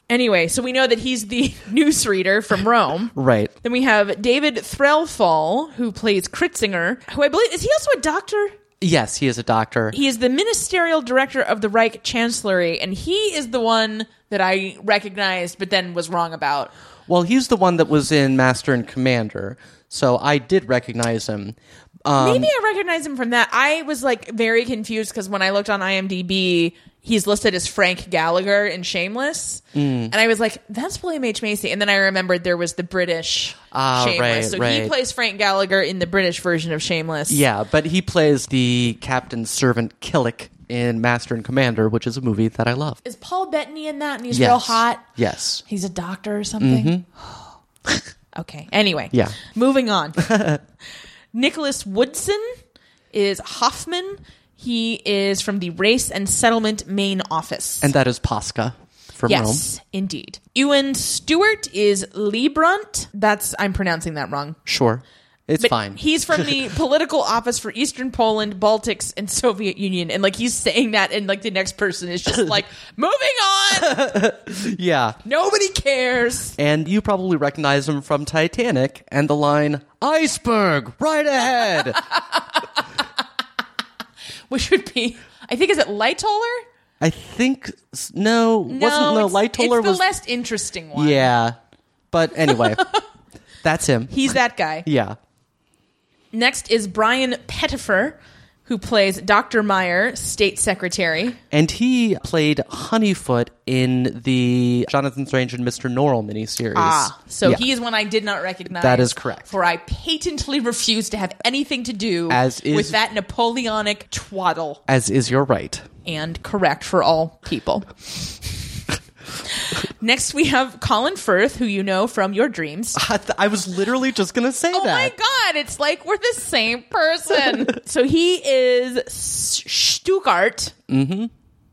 Speaker 3: Anyway, so we know that he's the [laughs] newsreader from Rome.
Speaker 2: Right.
Speaker 3: Then we have David Threlfall, who plays Kritzinger, who I believe is he also a doctor?
Speaker 2: Yes, he is a doctor.
Speaker 3: He is the ministerial director of the Reich Chancellery, and he is the one that I recognized but then was wrong about.
Speaker 2: well, he's the one that was in Master and Commander, so I did recognize him. Um,
Speaker 3: Maybe I recognize him from that. I was like very confused because when I looked on IMDb, he's listed as Frank Gallagher in Shameless,
Speaker 2: Mm.
Speaker 3: and I was like, "That's William H Macy." And then I remembered there was the British
Speaker 2: Ah,
Speaker 3: Shameless,
Speaker 2: right,
Speaker 3: so
Speaker 2: right.
Speaker 3: he plays Frank Gallagher in the British version of Shameless.
Speaker 2: yeah, but he plays the captain's servant Killick in Master and Commander, which is a movie that I love.
Speaker 3: is Paul Bettany in that? And he's
Speaker 2: yes.
Speaker 3: real hot.
Speaker 2: Yes.
Speaker 3: He's a doctor or something. [sighs] okay. Anyway.
Speaker 2: Mm-hmm. Yeah.
Speaker 3: Moving
Speaker 2: [laughs]
Speaker 3: on. Nicholas Woodson is Hoffman. He is from the Race and Settlement Main Office.
Speaker 2: And that is Posca from Rome.
Speaker 3: yes, indeed. Ewan Stewart is Liebrunt. That's I'm pronouncing that wrong.
Speaker 2: Sure. It's
Speaker 3: But
Speaker 2: fine.
Speaker 3: He's from
Speaker 2: [laughs]
Speaker 3: the political office for Eastern Poland, Baltics, and Soviet Union, and like he's saying that, and like the next person is
Speaker 2: [laughs]
Speaker 3: just like, "Moving on,
Speaker 2: yeah.
Speaker 3: nobody cares."
Speaker 2: And you probably recognize him from Titanic and the line iceberg right
Speaker 3: [laughs]
Speaker 2: ahead.
Speaker 3: which would be I think is it Lightoller?
Speaker 2: I think no, wasn't no
Speaker 3: it's-
Speaker 2: Lightoller
Speaker 3: it's the
Speaker 2: was
Speaker 3: less interesting one.
Speaker 2: yeah. But
Speaker 3: [laughs]
Speaker 2: anyway, that's him.
Speaker 3: He's that guy.
Speaker 2: yeah.
Speaker 3: Next is Brian Pettifer, who plays Dr. Meyer, state secretary.
Speaker 2: And he played Honeyfoot in the Jonathan Strange and Mr. Norrell miniseries.
Speaker 3: Ah, so
Speaker 2: Yeah.
Speaker 3: he is one I did not recognize.
Speaker 2: That is correct.
Speaker 3: For I patently refuse to have anything to do
Speaker 2: As is-
Speaker 3: with that Napoleonic twaddle.
Speaker 2: as is your right. [laughs]
Speaker 3: and correct for all people. Next, we have Colin Firth, who you know from Your Dreams.
Speaker 2: I, th- I was literally just gonna say
Speaker 3: Oh my
Speaker 2: that.
Speaker 3: god, it's like we're the same person.
Speaker 2: [laughs]
Speaker 3: so he is S- Stuttgart
Speaker 2: Mm-hmm.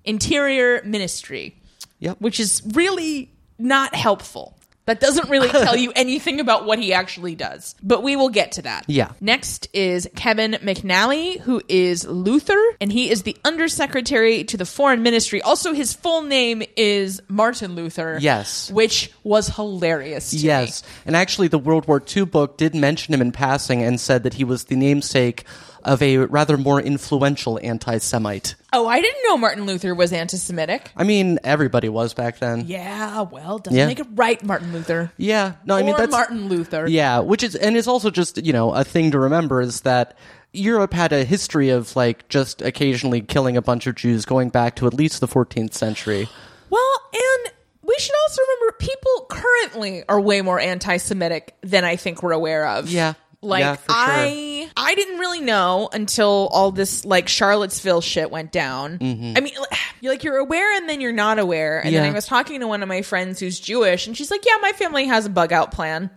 Speaker 3: Interior Ministry,
Speaker 2: Yep.
Speaker 3: which is really not helpful. That doesn't
Speaker 2: [laughs]
Speaker 3: really tell you anything about what he actually does, but we will get to that.
Speaker 2: Yeah.
Speaker 3: Next is Kevin McNally, who is Luther, and he is the undersecretary to the foreign ministry. Also, his full name is Martin Luther.
Speaker 2: Yes.
Speaker 3: Which was hilarious. To me.
Speaker 2: Yes. And actually, the World War II book did mention him in passing and said that he was the namesake of a rather more influential anti Semite.
Speaker 3: Oh, I didn't know Martin Luther was anti Semitic.
Speaker 2: I mean, everybody was back then.
Speaker 3: Yeah, well, doesn't
Speaker 2: Yeah.
Speaker 3: make it right, Martin Luther.
Speaker 2: Yeah. No, I mean,
Speaker 3: or
Speaker 2: that's.
Speaker 3: Martin Luther.
Speaker 2: Yeah, which is, and it's also just, you know, a thing to remember is that Europe had a history of, like, just occasionally killing a bunch of Jews going back to at least the 14th century.
Speaker 3: Well, and we should also remember people currently are way more anti Semitic than I think we're aware of.
Speaker 2: Yeah.
Speaker 3: Like
Speaker 2: Yeah, for sure.
Speaker 3: I I didn't really know until all this like Charlottesville shit went down. I mean you're like you're aware and then you're not aware. And
Speaker 2: Mm-hmm. Yeah.
Speaker 3: then I was talking to one of my friends who's Jewish and she's like, "Yeah, my family has a bug out plan."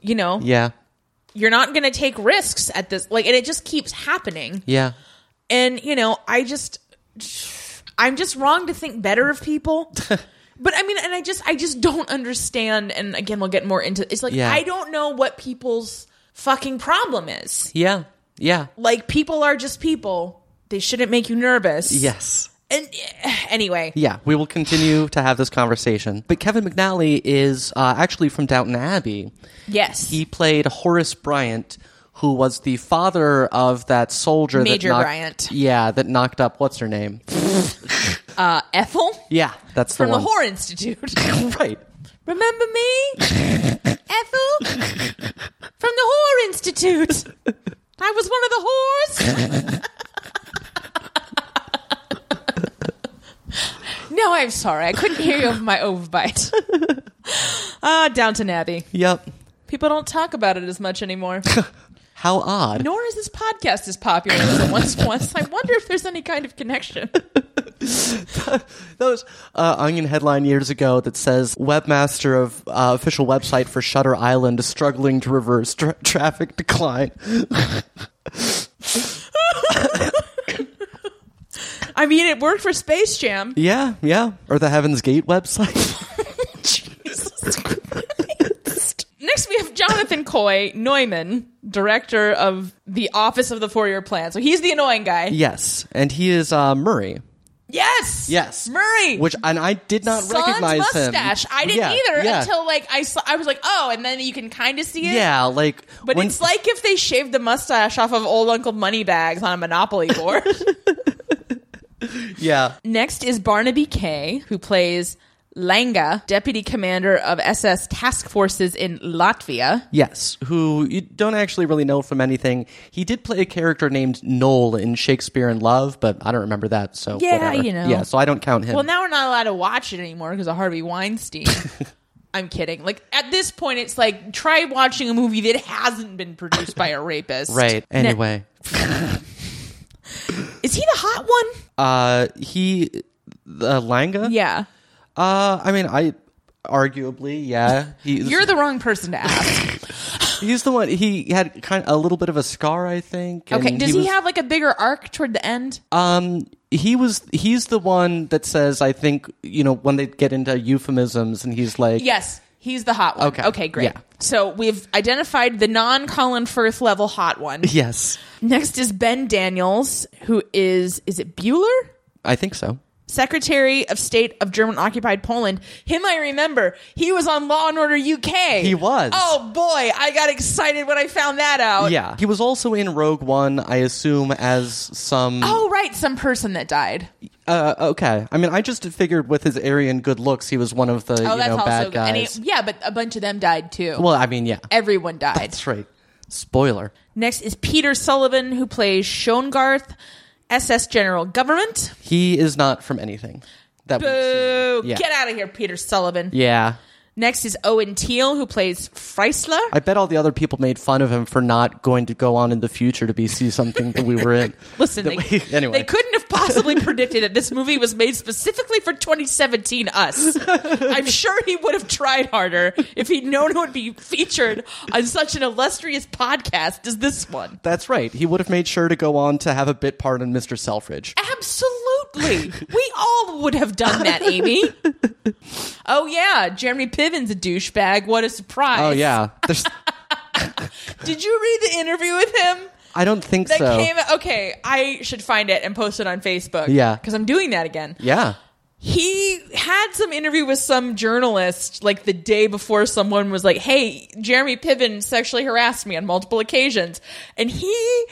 Speaker 3: You know,
Speaker 2: Yeah.
Speaker 3: you're not going to take risks at this like and it just keeps happening
Speaker 2: Yeah.
Speaker 3: and you know i just i'm just wrong to think better of people
Speaker 2: [laughs]
Speaker 3: but i mean and i just i just don't understand and again we'll get more into it's like
Speaker 2: Yeah.
Speaker 3: i don't know what people's fucking problem is
Speaker 2: Yeah. Yeah.
Speaker 3: like people are just people they shouldn't make you nervous
Speaker 2: Yes.
Speaker 3: and eh, anyway
Speaker 2: Yeah, we will continue to have this conversation. But Kevin McNally is uh, actually from Downton Abbey.
Speaker 3: yes
Speaker 2: He played Horace Bryant, who was the father of that soldier, that
Speaker 3: Major
Speaker 2: knocked-
Speaker 3: Bryant.
Speaker 2: Yeah, that knocked up what's her name?
Speaker 3: uh,
Speaker 2: [laughs]
Speaker 3: ethel
Speaker 2: Yeah, that's
Speaker 3: from
Speaker 2: the
Speaker 3: the
Speaker 2: one.
Speaker 3: whore institute [laughs]
Speaker 2: [laughs] right.
Speaker 3: remember me ethel from the whore institute i was one of the whores no i'm sorry i couldn't hear you over my overbite ah downton abbey
Speaker 2: Yep.
Speaker 3: people don't talk about it as much anymore
Speaker 2: How odd.
Speaker 3: Nor is this podcast as popular as it once was. I wonder if there's any kind of connection.
Speaker 2: Those uh, Onion headline years ago that says webmaster of uh, official website for Shutter Island is struggling to reverse tra- traffic decline.
Speaker 3: I mean, it worked for Space Jam.
Speaker 2: Yeah, yeah. Or the Heaven's Gate website. [laughs]
Speaker 3: Jesus Christ. Next, we have Jonathan Coy Neumann, director of The Office of the Four Year Plan. So he's the annoying guy.
Speaker 2: yes, and he is uh, Murray.
Speaker 3: Yes.
Speaker 2: Yes,
Speaker 3: Murray.
Speaker 2: Which and I did not
Speaker 3: Sans
Speaker 2: recognize
Speaker 3: mustache.
Speaker 2: him.
Speaker 3: I didn't
Speaker 2: Yeah,
Speaker 3: either
Speaker 2: yeah.
Speaker 3: until like I saw, I was like, oh, and then you can kind of see it.
Speaker 2: yeah, like
Speaker 3: But
Speaker 2: when-
Speaker 3: it's like if they shaved the mustache off of old Uncle Moneybags on a Monopoly
Speaker 2: [laughs]
Speaker 3: board.
Speaker 2: yeah,
Speaker 3: Next is Barnaby Kay, who plays Langa, deputy commander of SS task forces in Latvia.
Speaker 2: Yes, who you don't actually really know from anything. He did play a character named Noel in Shakespeare in Love, but I don't remember that. So
Speaker 3: Yeah,
Speaker 2: whatever.
Speaker 3: you know.
Speaker 2: Yeah, so I don't count him.
Speaker 3: Well, now we're not allowed to watch it anymore because of Harvey
Speaker 2: [laughs]
Speaker 3: Weinstein. I'm kidding. Like at this point, it's like try watching a movie that hasn't been produced by a rapist.
Speaker 2: [laughs] right.
Speaker 3: Ne-
Speaker 2: Anyway,
Speaker 3: is he the hot one?
Speaker 2: uh, he the Langa.
Speaker 3: Yeah,
Speaker 2: Uh, I mean, I arguably, yeah. He's,
Speaker 3: you're the wrong person to
Speaker 2: [laughs]
Speaker 3: ask.
Speaker 2: he's the one. He had kind of a little bit of a scar, I think. and
Speaker 3: Okay, does he,
Speaker 2: was-
Speaker 3: have like a bigger arc toward the end?
Speaker 2: Um, he was. He's the one that says, I think you know when they get into euphemisms, and he's like,
Speaker 3: yes, he's the hot one.
Speaker 2: Okay,
Speaker 3: okay, great.
Speaker 2: yeah.
Speaker 3: So we've identified the non-Colin Firth level hot
Speaker 2: [laughs]
Speaker 3: one.
Speaker 2: yes,
Speaker 3: Next is Ben Daniels, who is is it Bueller?
Speaker 2: I think so.
Speaker 3: Secretary of State of German occupied Poland. Him I remember. He was on Law and Order UK.
Speaker 2: He was.
Speaker 3: Oh boy, I got excited when I found that out.
Speaker 2: Yeah, he was also in Rogue One, I assume, as some.
Speaker 3: Oh right, some person that died.
Speaker 2: Uh, okay, I mean, I just figured with his Aryan good looks, he was one of the
Speaker 3: Oh,
Speaker 2: you
Speaker 3: that's
Speaker 2: know
Speaker 3: also
Speaker 2: bad
Speaker 3: good. And he-
Speaker 2: guys.
Speaker 3: yeah, but a bunch of them died too.
Speaker 2: well, I mean, yeah,
Speaker 3: Everyone died.
Speaker 2: that's right. Spoiler.
Speaker 3: Next is Peter Sullivan, who plays Schoengarth, SS General Government.
Speaker 2: He is not from anything. That we've
Speaker 3: Boo!
Speaker 2: seen. Yeah.
Speaker 3: Get out of here, Peter Sullivan.
Speaker 2: yeah.
Speaker 3: Next is Owen Teal, who plays Freisler.
Speaker 2: I bet all the other people made fun of him for not going to go on in the future to be see something that we were
Speaker 3: [laughs]
Speaker 2: in.
Speaker 3: Listen,
Speaker 2: That
Speaker 3: they,
Speaker 2: we- [laughs] anyway,
Speaker 3: they couldn't have possibly [laughs] predicted that this movie was made specifically for 2017
Speaker 2: [laughs]
Speaker 3: us. I'm sure he would have tried harder if he'd known it would be featured on such an illustrious podcast as this one.
Speaker 2: That's right. He would have made sure to go on to have a bit part in Mr. Selfridge.
Speaker 3: Absolutely. We all would have done that,
Speaker 2: [laughs]
Speaker 3: Amy. Oh, yeah. Jeremy Piven's a douchebag. What a surprise.
Speaker 2: Oh yeah, There's,
Speaker 3: Did you read the interview with him?
Speaker 2: I
Speaker 3: [laughs]
Speaker 2: don't think
Speaker 3: That
Speaker 2: so.
Speaker 3: came okay. I should find it and post it on Facebook.
Speaker 2: Yeah.
Speaker 3: because I'm doing that again.
Speaker 2: yeah.
Speaker 3: he had some interview with some journalist like the day before someone was like, "Hey, Jeremy Piven sexually harassed me on multiple occasions." And he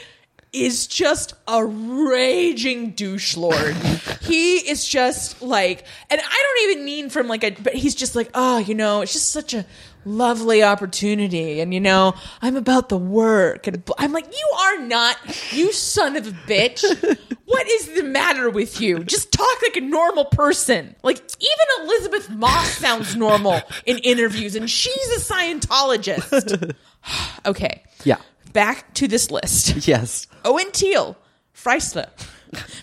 Speaker 3: is just a raging douche lord. he is just like and I don't even mean from like a but he's just like, "Oh, you know, it's just such a lovely opportunity and you know, I'm about the work." And bl- I'm like, "You are not, you son of a bitch." What is the matter with you? Just talk like a normal person. Like, even Elizabeth Moss sounds normal in interviews, and she's a Scientologist. [sighs] okay.
Speaker 2: Yeah.
Speaker 3: Back to this list
Speaker 2: Yes.
Speaker 3: Owen Teal, Freisler,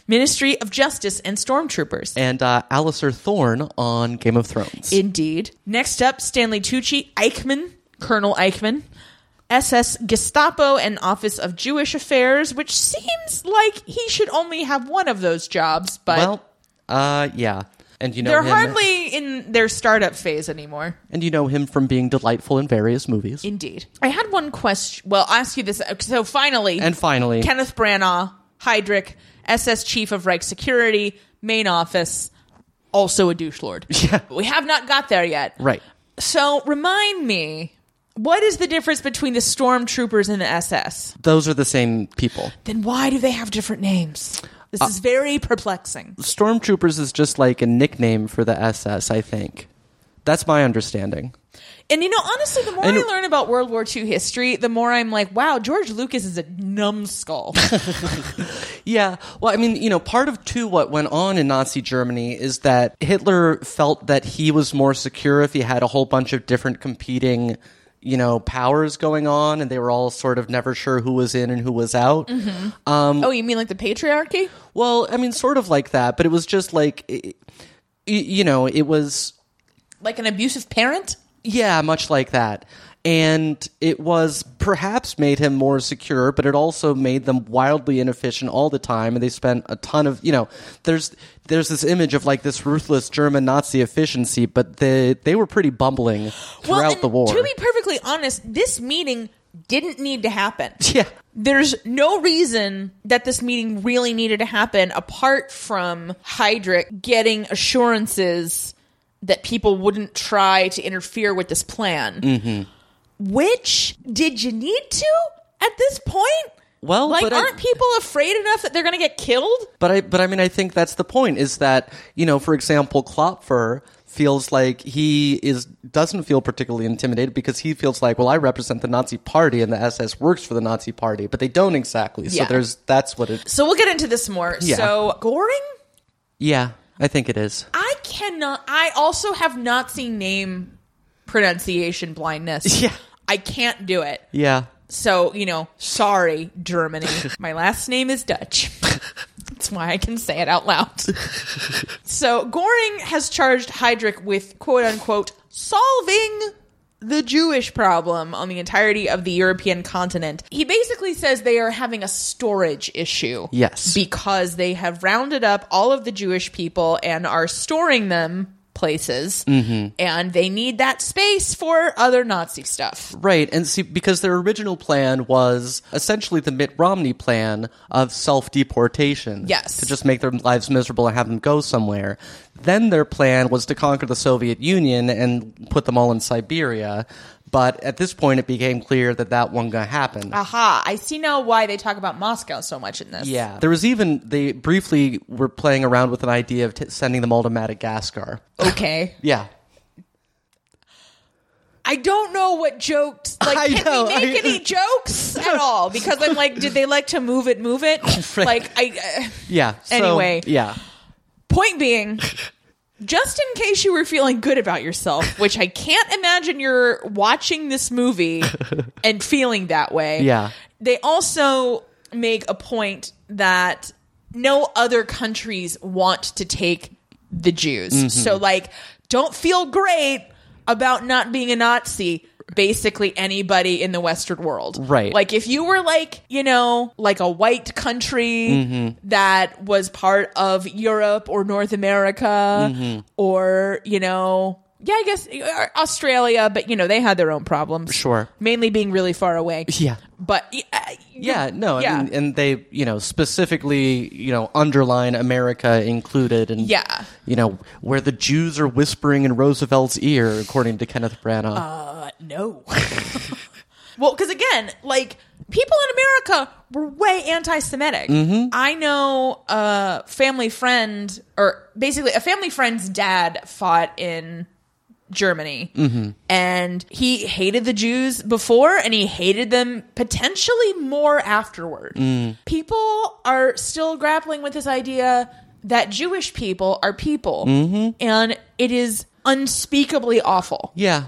Speaker 3: Ministry of Justice, and Stormtroopers.
Speaker 2: And uh, Alistair Thorne on Game of Thrones.
Speaker 3: Indeed. Next up, Stanley Tucci, Eichmann, Colonel Eichmann, SS Gestapo and Office of Jewish Affairs, which seems like he should only have one of those jobs, but
Speaker 2: well, uh, yeah. And you know
Speaker 3: they're
Speaker 2: him,
Speaker 3: hardly in their startup phase anymore.
Speaker 2: and you know him from being delightful in various movies.
Speaker 3: Indeed. I had one question. Well, I'll ask you this. uh, So finally,
Speaker 2: and finally,
Speaker 3: Kenneth Branagh, Heydrich, SS Chief of Reich Security, Main Office, also a douche lord.
Speaker 2: [laughs] Yeah.
Speaker 3: We have not got there yet.
Speaker 2: right.
Speaker 3: So remind me, what is the difference between the stormtroopers and the SS?
Speaker 2: Those are the same people.
Speaker 3: Then why do they have different names? This is very perplexing.
Speaker 2: Stormtroopers is just like a nickname for the SS, I think. That's my understanding.
Speaker 3: And you know, honestly, the more I,
Speaker 2: And-
Speaker 3: learn about World War II history, the more I'm like, wow, George Lucas is a numbskull.
Speaker 2: Yeah. Well, I mean, you know, part of too what went on in Nazi Germany is that Hitler felt that he was more secure if he had a whole bunch of different competing you know, powers going on, and they were all sort of never sure who was in and who was out. Um,
Speaker 3: [laughs] Oh, you mean like the patriarchy?
Speaker 2: well, I mean, sort of like that, but it was just like, it, y- you know, it was
Speaker 3: Like an abusive parent?
Speaker 2: yeah, much like that. And it was perhaps made him more secure, but it also made them wildly inefficient all the time. And they spent a ton of, you know, there's there's this image of like this ruthless German Nazi efficiency, but they they were pretty bumbling throughout
Speaker 3: and
Speaker 2: the war.
Speaker 3: To be perfectly honest, this meeting didn't need to happen.
Speaker 2: [laughs] yeah,
Speaker 3: There's no reason that this meeting really needed to happen apart from Heydrich getting assurances that people wouldn't try to interfere with this plan.
Speaker 2: Mm-hmm.
Speaker 3: Which did you need to at this point?
Speaker 2: Well,
Speaker 3: like,
Speaker 2: but I-
Speaker 3: aren't people afraid enough that they're going to get killed?
Speaker 2: but I but I mean, I think that's the point is that you know, for example, Klopfer feels like he is doesn't feel particularly intimidated because he feels like well I represent the Nazi party and the SS works for the Nazi party but they don't exactly so
Speaker 3: Yeah.
Speaker 2: there's that's what it
Speaker 3: So we'll get into this more.
Speaker 2: Yeah.
Speaker 3: So Goring,
Speaker 2: Yeah, I think it is.
Speaker 3: I cannot. I also have Nazi name pronunciation blindness.
Speaker 2: Yeah.
Speaker 3: I can't do it.
Speaker 2: Yeah.
Speaker 3: So you know, sorry, Germany. My last name is Dutch. That's why I can say it out loud. so Goring has charged Heydrich with quote unquote solving the Jewish problem on the entirety of the European continent. He basically says they are having a storage issue.
Speaker 2: Yes.
Speaker 3: Because they have rounded up all of the Jewish people and are storing them places. And they need that space for other Nazi stuff.
Speaker 2: Right. And see, because their original plan was essentially the Mitt Romney plan of self deportation.
Speaker 3: Yes.
Speaker 2: To just make their lives miserable and have them go somewhere. Then their plan was to conquer the Soviet Union and put them all in Siberia. But at this point, it became clear that that wasn't going to happen.
Speaker 3: Aha, I see now why they talk about Moscow so much in this.
Speaker 2: Yeah. There was even, they briefly were playing around with an idea of t- sending them all to Madagascar.
Speaker 3: [laughs] Okay.
Speaker 2: Yeah.
Speaker 3: I don't know what jokes like
Speaker 2: [laughs] I
Speaker 3: can
Speaker 2: know,
Speaker 3: we make
Speaker 2: I-
Speaker 3: any
Speaker 2: [laughs]
Speaker 3: jokes at all because I'm like did they like to move it move it?
Speaker 2: [laughs] Right.
Speaker 3: Like I uh,
Speaker 2: Yeah. So,
Speaker 3: Anyway.
Speaker 2: Yeah.
Speaker 3: point being just in case you were feeling good about yourself, which I can't imagine you're watching this
Speaker 2: [laughs]
Speaker 3: movie and feeling that way.
Speaker 2: Yeah.
Speaker 3: They also make a point that no other countries want to take the Jews.
Speaker 2: Mm-hmm.
Speaker 3: So, like, don't feel great about not being a Nazi. Basically, anybody in the Western world.
Speaker 2: Right.
Speaker 3: Like, if you were like, you know, like a white country
Speaker 2: Mm-hmm.
Speaker 3: that was part of Europe or North America
Speaker 2: Mm-hmm.
Speaker 3: or, you know, yeah, I guess uh, Australia, but, you know, they had their own problems.
Speaker 2: Sure.
Speaker 3: Mainly being really far
Speaker 2: [laughs]
Speaker 3: away.
Speaker 2: Yeah.
Speaker 3: But uh,
Speaker 2: Yeah, no, I
Speaker 3: Yeah.
Speaker 2: mean, and they, you know, specifically, you know, underline America included, and
Speaker 3: Yeah.
Speaker 2: you know, where the Jews are whispering in Roosevelt's ear, according to Kenneth Branagh.
Speaker 3: no. [laughs] well, because again, like people in America were way anti-Semitic. I know a family friend, or basically a family friend's dad fought in Germany, and he hated the Jews before, and he hated them potentially more afterward. People are still grappling with this idea that Jewish people are people, and it is unspeakably awful.
Speaker 2: Yeah.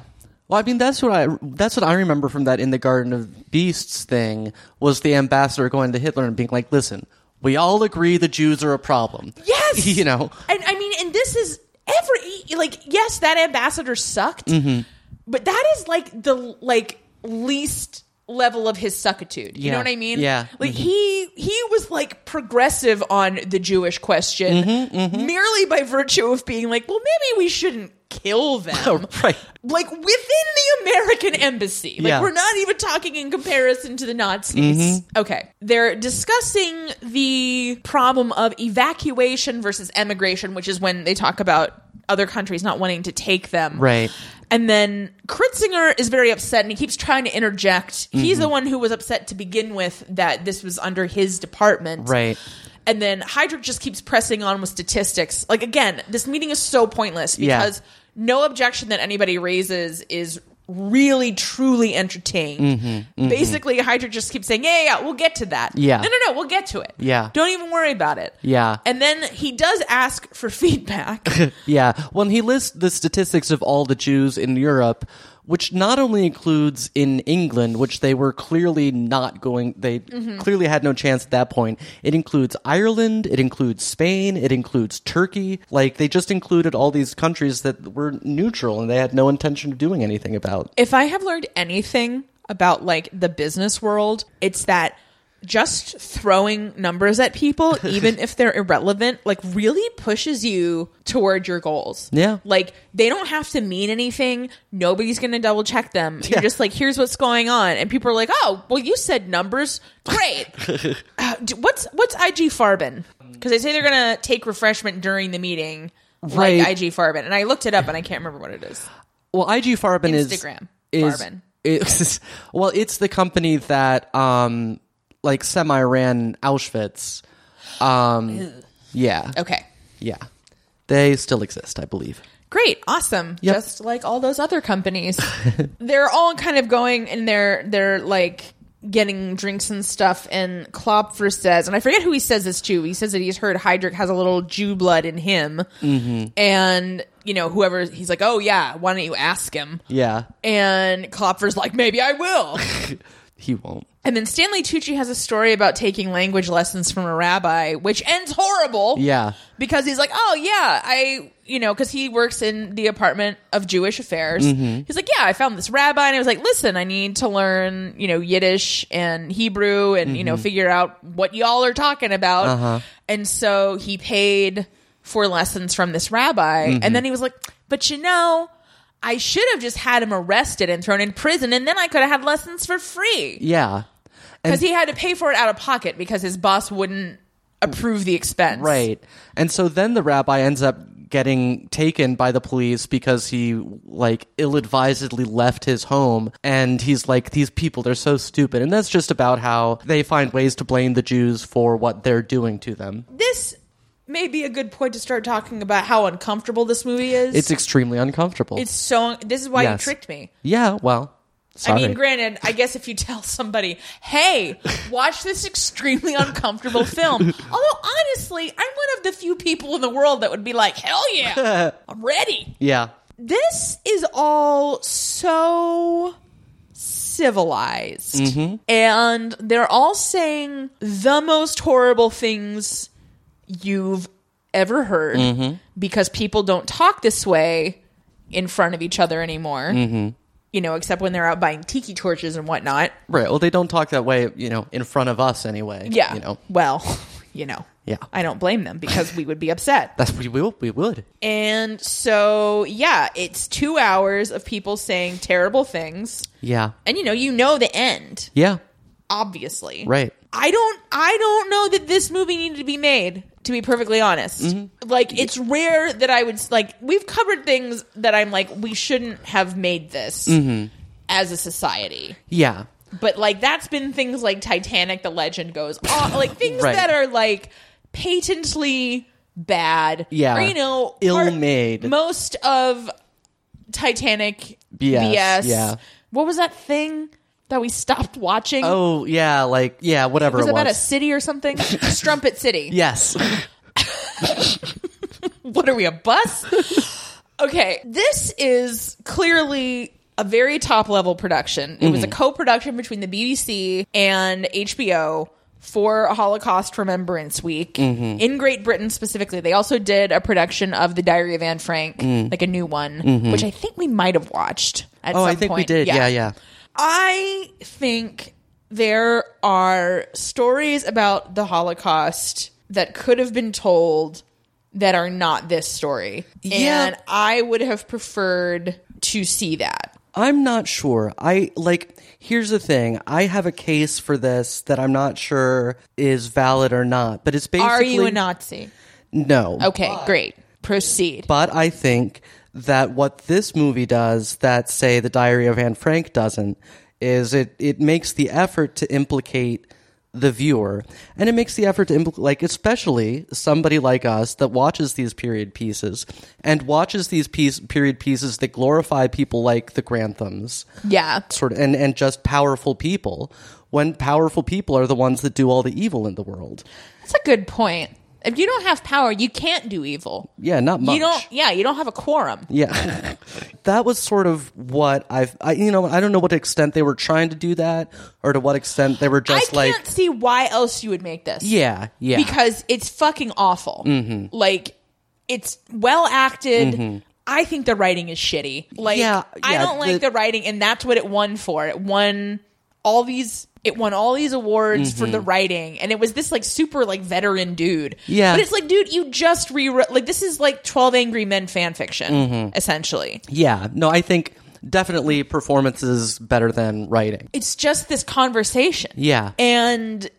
Speaker 2: Well, I mean, that's what I that's what I remember from that in the Garden of Beasts thing was the ambassador going to Hitler and being like, "Listen, we all agree the Jews are a problem."
Speaker 3: Yes.
Speaker 2: [laughs]
Speaker 3: [laughs]
Speaker 2: you know,
Speaker 3: And I mean, and this is every like yes, that ambassador sucked,
Speaker 2: Mm-hmm.
Speaker 3: but that is like the like least level of his suckitude. You
Speaker 2: Yeah.
Speaker 3: know what I mean?
Speaker 2: Yeah. Mm-hmm.
Speaker 3: Like he he was like progressive on the Jewish question
Speaker 2: Mm-hmm,
Speaker 3: merely by virtue of being like, well, maybe we shouldn't kill them
Speaker 2: [laughs] right?
Speaker 3: like within the American embassy. Like
Speaker 2: Yeah. Mm-hmm.
Speaker 3: we're not even talking in comparison to the Nazis. Okay. They're discussing the problem of evacuation versus emigration, which is when they talk about other countries not wanting to take them.
Speaker 2: Right.
Speaker 3: And then Kritzinger is very upset and he keeps trying to interject.
Speaker 2: Mm-hmm.
Speaker 3: He's the one who was upset to begin with that this was under his department.
Speaker 2: Right.
Speaker 3: And then Heydrich just keeps pressing on with statistics. Like again, this meeting is so pointless
Speaker 2: Yeah.
Speaker 3: because no objection that anybody raises is really truly entertained.
Speaker 2: Mm-hmm,
Speaker 3: Basically, Heydrich just keeps saying, "Yeah, yeah, yeah, we'll get to that."
Speaker 2: Yeah.
Speaker 3: no, no, no, we'll get to it.
Speaker 2: Yeah.
Speaker 3: don't even worry about it.
Speaker 2: Yeah.
Speaker 3: and then he does ask for [laughs] feedback.
Speaker 2: Yeah. When he lists the statistics of all the Jews in Europe, which not only includes in England, which they were clearly not going, they
Speaker 3: Mm-hmm.
Speaker 2: clearly had no chance at that point. It includes Ireland, it includes Spain, it includes Turkey. Like, they just included all these countries that were neutral and they had no intention of doing anything about.
Speaker 3: if I have learned anything about like the business world, it's that just throwing numbers at
Speaker 2: [laughs]
Speaker 3: people, even if they're irrelevant, like really pushes you toward your goals.
Speaker 2: Yeah.
Speaker 3: Like they don't have to mean anything. Nobody's going to double check them.
Speaker 2: Yeah.
Speaker 3: You're just like, here's what's going on. And people are like, oh, well, you said numbers.
Speaker 2: [laughs]
Speaker 3: Great. Uh, d- what's, what's IG Farben? Because they say they're going to take refreshment during the meeting.
Speaker 2: Right.
Speaker 3: Like IG Farben. And I looked it up and I can't remember what it is.
Speaker 2: Well, IG Farben is
Speaker 3: Instagram,
Speaker 2: is-
Speaker 3: Farben.
Speaker 2: is- [laughs] well, it's the company that um like semi ran Auschwitz. Um, yeah,
Speaker 3: Okay.
Speaker 2: yeah, they still exist, I believe.
Speaker 3: Great, awesome.
Speaker 2: Yep.
Speaker 3: Just like all those other
Speaker 2: [laughs]
Speaker 3: companies. they're all kind of going and they're they're like getting drinks and stuff and Klopfer says and I forget who he says this to. He says that he's heard Heydrich has a little Jew blood in him.
Speaker 2: Mm-hmm.
Speaker 3: And you know, whoever he's like, "Oh yeah, why don't you ask him?"
Speaker 2: Yeah,
Speaker 3: And Klopfer's like, "Maybe I will."
Speaker 2: he won't.
Speaker 3: and then Stanley Tucci has a story about taking language lessons from a rabbi, which ends horrible
Speaker 2: Yeah,
Speaker 3: because he's like, oh yeah, I you know, because he works in the Department of Jewish Affairs.
Speaker 2: Mm-hmm.
Speaker 3: He's like, yeah, I found this rabbi, and I was like, listen, I need to learn you know Yiddish and Hebrew, and you know,
Speaker 2: Mm-hmm.
Speaker 3: figure out what y'all are talking about.
Speaker 2: Uh-huh.
Speaker 3: And so he paid for lessons from this rabbi,
Speaker 2: Mm-hmm.
Speaker 3: and then he was like, but you know. I should have just had him arrested and thrown in prison, and then I could have had lessons for free.
Speaker 2: yeah,
Speaker 3: Because he had to pay for it out of pocket because his boss wouldn't approve the expense.
Speaker 2: right. And so then the rabbi ends up getting taken by the police because he like ill-advisedly left his home and he's like these people they're so stupid and that's just about how they find ways to blame the Jews for what they're doing to them.
Speaker 3: this may be a good point to start talking about how uncomfortable this movie is.
Speaker 2: It's extremely uncomfortable.
Speaker 3: It's so. This is why
Speaker 2: Yes.
Speaker 3: you tricked me.
Speaker 2: yeah, well, sorry.
Speaker 3: I mean, granted, I guess if you tell somebody, "Hey, watch this extremely uncomfortable
Speaker 2: [laughs]
Speaker 3: film," although honestly, I'm one of the few people in the world that would be like, "Hell yeah,
Speaker 2: [laughs]
Speaker 3: I'm ready."
Speaker 2: yeah.
Speaker 3: This is all so civilized,
Speaker 2: Mm-hmm.
Speaker 3: and they're all saying the most horrible things you've ever heard
Speaker 2: Mm-hmm.
Speaker 3: because people don't talk this way in front of each other anymore.
Speaker 2: Mm-hmm.
Speaker 3: You know, except when they're out buying tiki torches and whatnot.
Speaker 2: Right. Well, they don't talk that way, you know, in front of us anyway.
Speaker 3: Yeah.
Speaker 2: You know,
Speaker 3: Well, [laughs] you know.
Speaker 2: Yeah.
Speaker 3: I don't blame them because we would be upset.
Speaker 2: that's we will we would.
Speaker 3: And so, yeah, it's two hours of people saying terrible things.
Speaker 2: Yeah.
Speaker 3: And you know, you know the end,
Speaker 2: Yeah.
Speaker 3: obviously.
Speaker 2: Right.
Speaker 3: I don't I don't know that this movie needed to be made to be perfectly honest.
Speaker 2: Mm-hmm.
Speaker 3: Like it's rare that I would like we've covered things that I'm like we shouldn't have made this
Speaker 2: Mm-hmm.
Speaker 3: as a society.
Speaker 2: Yeah.
Speaker 3: But like that's been things like Titanic the legend goes
Speaker 2: [laughs]
Speaker 3: on like things
Speaker 2: Right.
Speaker 3: that are like patently bad
Speaker 2: Yeah.
Speaker 3: or you know
Speaker 2: Ill-made.
Speaker 3: part- most of Titanic
Speaker 2: BS,
Speaker 3: BS,
Speaker 2: yeah.
Speaker 3: What was that thing that we stopped watching?
Speaker 2: Oh yeah, like yeah, whatever
Speaker 3: was
Speaker 2: it
Speaker 3: it about a
Speaker 2: was.
Speaker 3: city or
Speaker 2: [laughs]
Speaker 3: something? Strumpet City. [laughs]
Speaker 2: yes.
Speaker 3: What are we, a bus? [laughs] okay. This is clearly a very top level production. It was a
Speaker 2: Mm-hmm.
Speaker 3: co production between the BBC and HBO for Holocaust Remembrance Week
Speaker 2: Mm-hmm.
Speaker 3: in Great Britain specifically. They also did a production of The Diary of Anne Frank, like a new one, which I think we might have watched at
Speaker 2: Mm. Mm-hmm. Oh,
Speaker 3: some
Speaker 2: I think we
Speaker 3: point.
Speaker 2: did. Yeah, yeah.
Speaker 3: I think there are stories about the Holocaust that could have been told that are not this story.
Speaker 2: Yeah.
Speaker 3: And I would have preferred to see that.
Speaker 2: I'm not sure. I like here's the thing. I have a case for this that I'm not sure is valid or not, but it's basically
Speaker 3: Are you a Nazi?
Speaker 2: No.
Speaker 3: Okay, great. Proceed.
Speaker 2: But I think that what this movie does that say the Diary of Anne Frank doesn't is it it makes the effort to implicate the viewer and it makes the effort to implicate like especially somebody like us that watches these period pieces and watches these piece, period pieces that glorify people like the granthams
Speaker 3: yeah.
Speaker 2: sort of and, and just powerful people when powerful people are the ones that do all the evil in the world
Speaker 3: That's a good point. If you don't have power, you can't do evil.
Speaker 2: Yeah, not much.
Speaker 3: You don't. Yeah, you don't have a quorum.
Speaker 2: Yeah, [laughs] that was sort of what I've. I, you know, I don't know what extent they were trying to do that, or to what extent they were
Speaker 3: I
Speaker 2: just like,
Speaker 3: can't see why else you would make this.
Speaker 2: yeah, yeah, Mm-hmm.
Speaker 3: because it's fucking awful. Like it's well acted. I think the writing is shitty. Like
Speaker 2: Yeah,
Speaker 3: I
Speaker 2: yeah,
Speaker 3: don't like
Speaker 2: the-
Speaker 3: the writing, and that's what it won for. It won all these. It won all these awards for the
Speaker 2: Mm-hmm.
Speaker 3: writing, and it was this like super like veteran dude.
Speaker 2: Yeah.
Speaker 3: but it's like, dude, you just rewrote. Like this is like Twelve Angry Men fan fiction,
Speaker 2: Mm-hmm.
Speaker 3: essentially.
Speaker 2: yeah. No, I think definitely performances better than writing.
Speaker 3: it's just this conversation.
Speaker 2: Yeah.
Speaker 3: And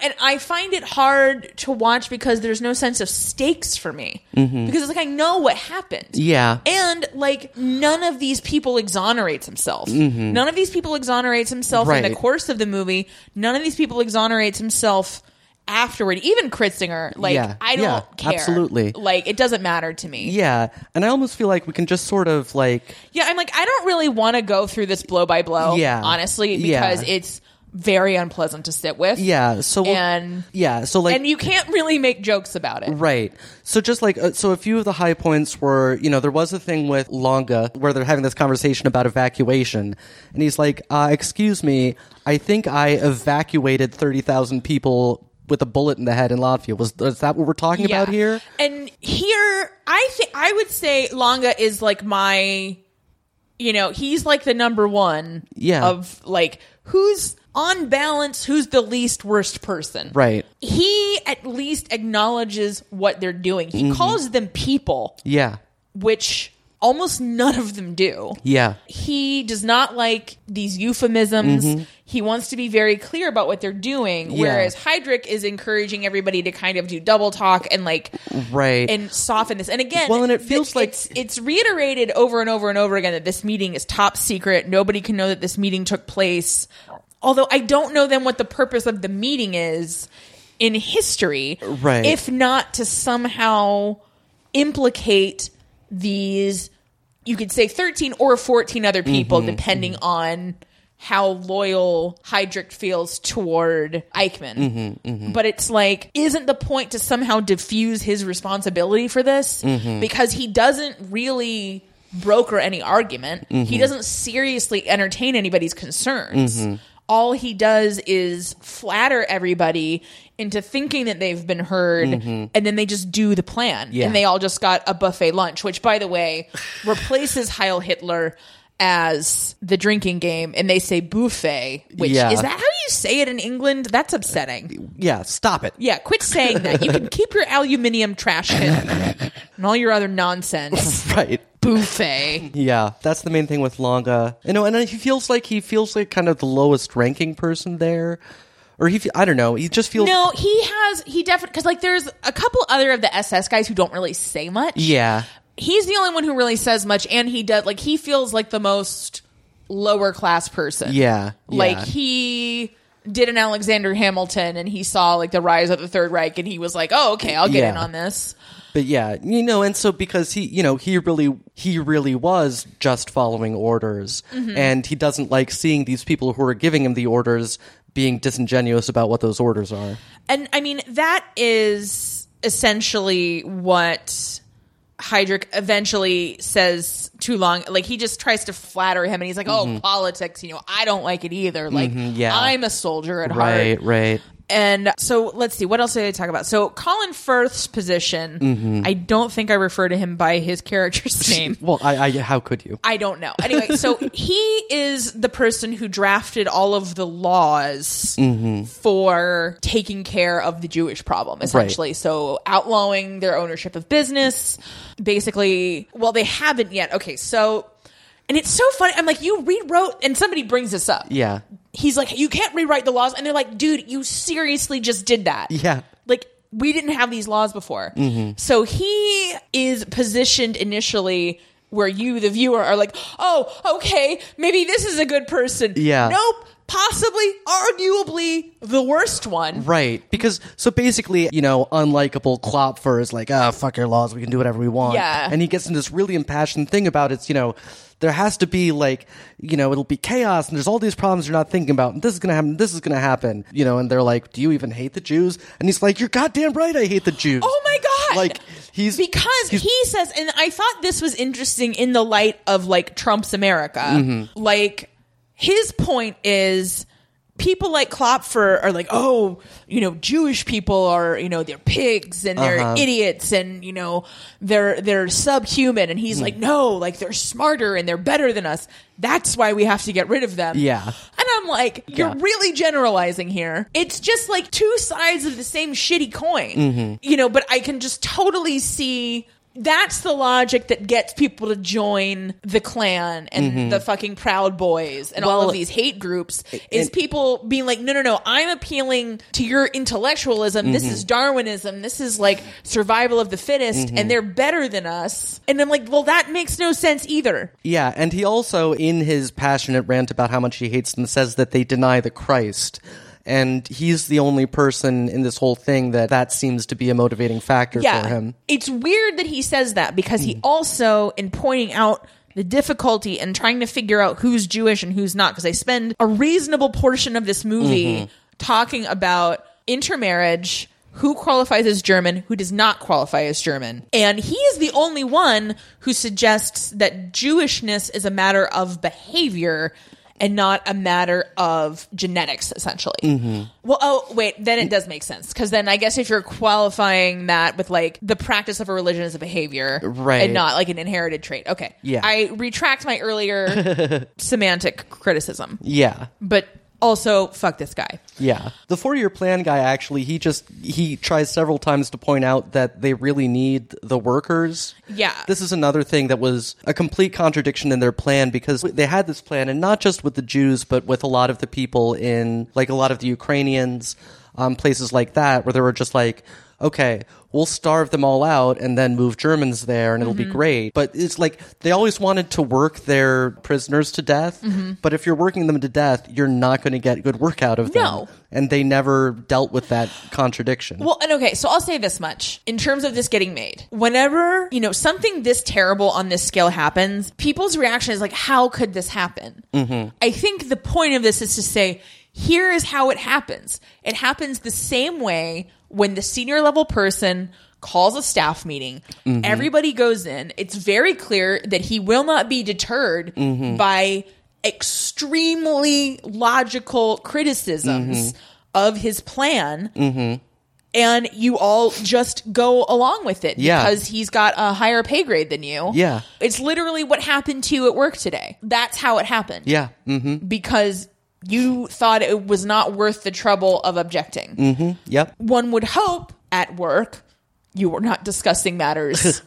Speaker 3: and I find it hard to watch because there's no sense of stakes for me.
Speaker 2: Mm-hmm.
Speaker 3: Because it's like I know what happened.
Speaker 2: Yeah,
Speaker 3: And like none of these people exonerates himself. None of these people exonerates himself in
Speaker 2: Mm-hmm. Right.
Speaker 3: the course of the movie. None of these people exonerates himself afterward. Even Kritzinger, like
Speaker 2: Yeah.
Speaker 3: I don't
Speaker 2: Yeah,
Speaker 3: care.
Speaker 2: absolutely.
Speaker 3: Like it doesn't matter to me.
Speaker 2: yeah. And I almost feel like we can just sort of like
Speaker 3: Yeah, I'm like, I don't really want to go through this blow by blow,
Speaker 2: Yeah.
Speaker 3: honestly,
Speaker 2: Yeah.
Speaker 3: because it's very unpleasant to sit with.
Speaker 2: Yeah. So we'll,
Speaker 3: And-
Speaker 2: yeah. So like
Speaker 3: And you can't really make jokes about it.
Speaker 2: right. So just like uh, so, a few of the high points were you know there was a thing with Longa where they're having this conversation about evacuation, and he's like, uh, "Excuse me, I think I evacuated thirty thousand people." With a bullet in the head in Latvia, was is that what we're talking
Speaker 3: Yeah.
Speaker 2: about here?
Speaker 3: And here, I think I would say Longa is like my, you know, he's like the number one
Speaker 2: Yeah.
Speaker 3: of like who's on balance, who's the least worst person.
Speaker 2: Right.
Speaker 3: He at least acknowledges what they're doing.
Speaker 2: Mm-hmm.
Speaker 3: He calls them people,
Speaker 2: Yeah.
Speaker 3: which almost none of them do.
Speaker 2: Yeah.
Speaker 3: he does not like these euphemisms. He wants to be very clear about what they're doing.
Speaker 2: Yeah.
Speaker 3: Whereas Heydrich is encouraging everybody to kind of do double talk and like
Speaker 2: Right.
Speaker 3: and soften this. And again,
Speaker 2: Well, and it
Speaker 3: th-
Speaker 2: feels like-
Speaker 3: it's, it's reiterated over and over and over again that this meeting is top secret. Nobody can know that this meeting took place. Although I don't know then what the purpose of the meeting is in history,
Speaker 2: Right.
Speaker 3: If not to somehow implicate these, you could say thirteen or fourteen other people,
Speaker 2: Mm-hmm.
Speaker 3: depending on. How loyal Heydrich feels toward Eichmann Mm-hmm. but it's like isn't the point to somehow diffuse his responsibility for this
Speaker 2: Mm-hmm.
Speaker 3: because he doesn't really broker any argument
Speaker 2: Mm-hmm.
Speaker 3: he doesn't seriously entertain anybody's concerns all he does is flatter everybody into thinking that they've been heard and then they just do the plan
Speaker 2: Mm-hmm. Yeah.
Speaker 3: and they all just got a buffet lunch which by the
Speaker 2: [sighs]
Speaker 3: way replaces heil hitler as the drinking game and they say buffet which
Speaker 2: Yeah.
Speaker 3: is that how you say it in england that's upsetting
Speaker 2: yeah. Stop it. [laughs]
Speaker 3: yeah, quit saying that. You can keep your aluminium trash
Speaker 2: [laughs]
Speaker 3: can and all your other nonsense.
Speaker 2: Right.
Speaker 3: Buffet.
Speaker 2: Yeah, that's the main thing with Longa. You know, and he feels like he feels like kind of the lowest ranking person there, or he. fe- I don't know. He just feels.
Speaker 3: No, he has, he definitely, because like there's a couple other of the SS guys who don't really say much.
Speaker 2: Yeah.
Speaker 3: He's the only one who really says much, and he does, like, he feels like the most lower class person.
Speaker 2: Yeah.
Speaker 3: Like,
Speaker 2: yeah.
Speaker 3: he did an Alexander Hamilton and he saw, like, the rise of the Third Reich, and he was like, oh, okay, I'll get
Speaker 2: Yeah.
Speaker 3: in on this.
Speaker 2: But yeah, you know, and so because he, you know, he really, he really was just following orders, and he doesn't like seeing these people who are giving him the orders being disingenuous about what those orders are.
Speaker 3: And I mean, that is essentially what Heydrich eventually says too long. Like, he just tries to flatter him and he's like, oh, politics, you know, I don't like it either. Like,
Speaker 2: Mm-hmm. yeah.
Speaker 3: I'm a soldier at heart.
Speaker 2: Right.
Speaker 3: And so let's see, what else did I talk about? So, Colin Firth's position,
Speaker 2: Mm-hmm.
Speaker 3: I don't think I refer to him by his
Speaker 2: [laughs]
Speaker 3: character's name.
Speaker 2: Well, I, I, how could you?
Speaker 3: I don't know. Anyway, so
Speaker 2: [laughs]
Speaker 3: he is the person who drafted all of the laws
Speaker 2: Mm-hmm.
Speaker 3: for taking care of the Jewish problem, essentially. So outlawing their ownership of business. Basically, well, they haven't yet. Okay, so. And it's so funny. I'm like, you rewrote, and somebody brings this up.
Speaker 2: Yeah.
Speaker 3: He's like, you can't rewrite the laws. And they're like, dude, you seriously just did that
Speaker 2: Yeah.
Speaker 3: like we didn't have these laws before.
Speaker 2: Mm-hmm.
Speaker 3: So he is positioned initially where you, the viewer, are like, oh, okay, maybe this is a good person.
Speaker 2: Yeah.
Speaker 3: Nope. possibly, arguably, the worst one.
Speaker 2: Right. Because so basically, you know, unlikable Klopfer is like, ah, fuck your laws, we can do whatever we want.
Speaker 3: Yeah.
Speaker 2: And he gets into this really impassioned thing about it's, you know, there has to be like, you know, it'll be chaos and there's all these problems you're not thinking about, and this is gonna happen, this is gonna happen. You know, and they're like, Do you even hate the Jews? And he's like, You're goddamn right I hate the Jews.
Speaker 3: Oh my god!
Speaker 2: Like he's
Speaker 3: because
Speaker 2: he's-
Speaker 3: he says, and I thought this was interesting in the light of like Trump's America.
Speaker 2: Mm-hmm.
Speaker 3: Like his point is. People like Klopfer are like, oh, you know, Jewish people are, you know, they're pigs and they're
Speaker 2: Uh-huh.
Speaker 3: idiots and you know they're they're subhuman. And
Speaker 2: Mm.
Speaker 3: he's like, no, like they're smarter and they're better than us. That's why we have to get rid of them.
Speaker 2: Yeah.
Speaker 3: And I'm like, you're
Speaker 2: Yeah.
Speaker 3: really generalizing here. It's just like two sides of the same shitty coin.
Speaker 2: Mm-hmm.
Speaker 3: You know, but I can just totally see that's the logic that gets people to join the Klan and the fucking Proud Boys and all
Speaker 2: Mm-hmm. Well,
Speaker 3: of these hate groups is
Speaker 2: and-
Speaker 3: people being like, no, no, no, I'm appealing to your intellectualism. This
Speaker 2: Mm-hmm.
Speaker 3: is Darwinism. This is like survival of the
Speaker 2: Mm-hmm.
Speaker 3: fittest, and they're better than us. And I'm like, well, that makes no sense either.
Speaker 2: Yeah, and he also, in his passionate rant about how much he hates them, says that they deny the Christ. And he's the only person in this whole thing that that seems to be a motivating factor for him. Hmm.
Speaker 3: It's weird that he says that because he also, in pointing out the difficulty and trying to figure out who's Jewish and who's not, because they spend a reasonable portion of this movie
Speaker 2: Mm-hmm.
Speaker 3: talking about intermarriage. Who qualifies as German, who does not qualify as German. And he is the only one who suggests that Jewishness is a matter of behavior and not a matter of genetics, essentially.
Speaker 2: Mm-hmm.
Speaker 3: Well, oh, wait, then it does make sense. Because then I guess if you're qualifying that with like the practice of a religion as a behavior
Speaker 2: Right.
Speaker 3: and not like an inherited trait. Okay.
Speaker 2: Yeah.
Speaker 3: I retract my earlier
Speaker 2: [laughs]
Speaker 3: semantic criticism,
Speaker 2: Yeah.
Speaker 3: but also fuck this guy.
Speaker 2: Yeah. The four year plan guy actually he just he tries several times to point out that they really need the workers.
Speaker 3: Yeah.
Speaker 2: This is another thing that was a complete contradiction in their plan because they had this plan and not just with the Jews but with a lot of the people in like a lot of the Ukrainians, um, places like that where they were just like, Okay, we'll starve them all out and then move Germans there and it'll
Speaker 3: Mm-hmm.
Speaker 2: be great. But it's like they always wanted to work their prisoners to death.
Speaker 3: Mm-hmm.
Speaker 2: But if you're working them to death, you're not going to get good work out of them
Speaker 3: No.
Speaker 2: and they never dealt with that contradiction.
Speaker 3: Well, and okay, so I'll say this much in terms of this getting made. Whenever, you know, something this terrible on this scale happens, people's reaction is like, how could this happen? Mm-hmm. I think the point of this is to say, here is how it happens. It happens the same way when the senior level person calls a staff meeting.
Speaker 2: Mm-hmm.
Speaker 3: Everybody goes in. It's very clear that he will not be deterred
Speaker 2: Mm-hmm.
Speaker 3: by extremely logical
Speaker 2: Mm-hmm.
Speaker 3: criticisms of his plan and you all just go along with it
Speaker 2: Yeah.
Speaker 3: because he's got a higher pay grade than you.
Speaker 2: Yeah.
Speaker 3: It's literally what happened to you at work today. That's how it happened.
Speaker 2: yeah. Mm-hmm.
Speaker 3: Because you thought it was not worth the trouble of objecting.
Speaker 2: Yep.
Speaker 3: One would hope at work you were not discussing matters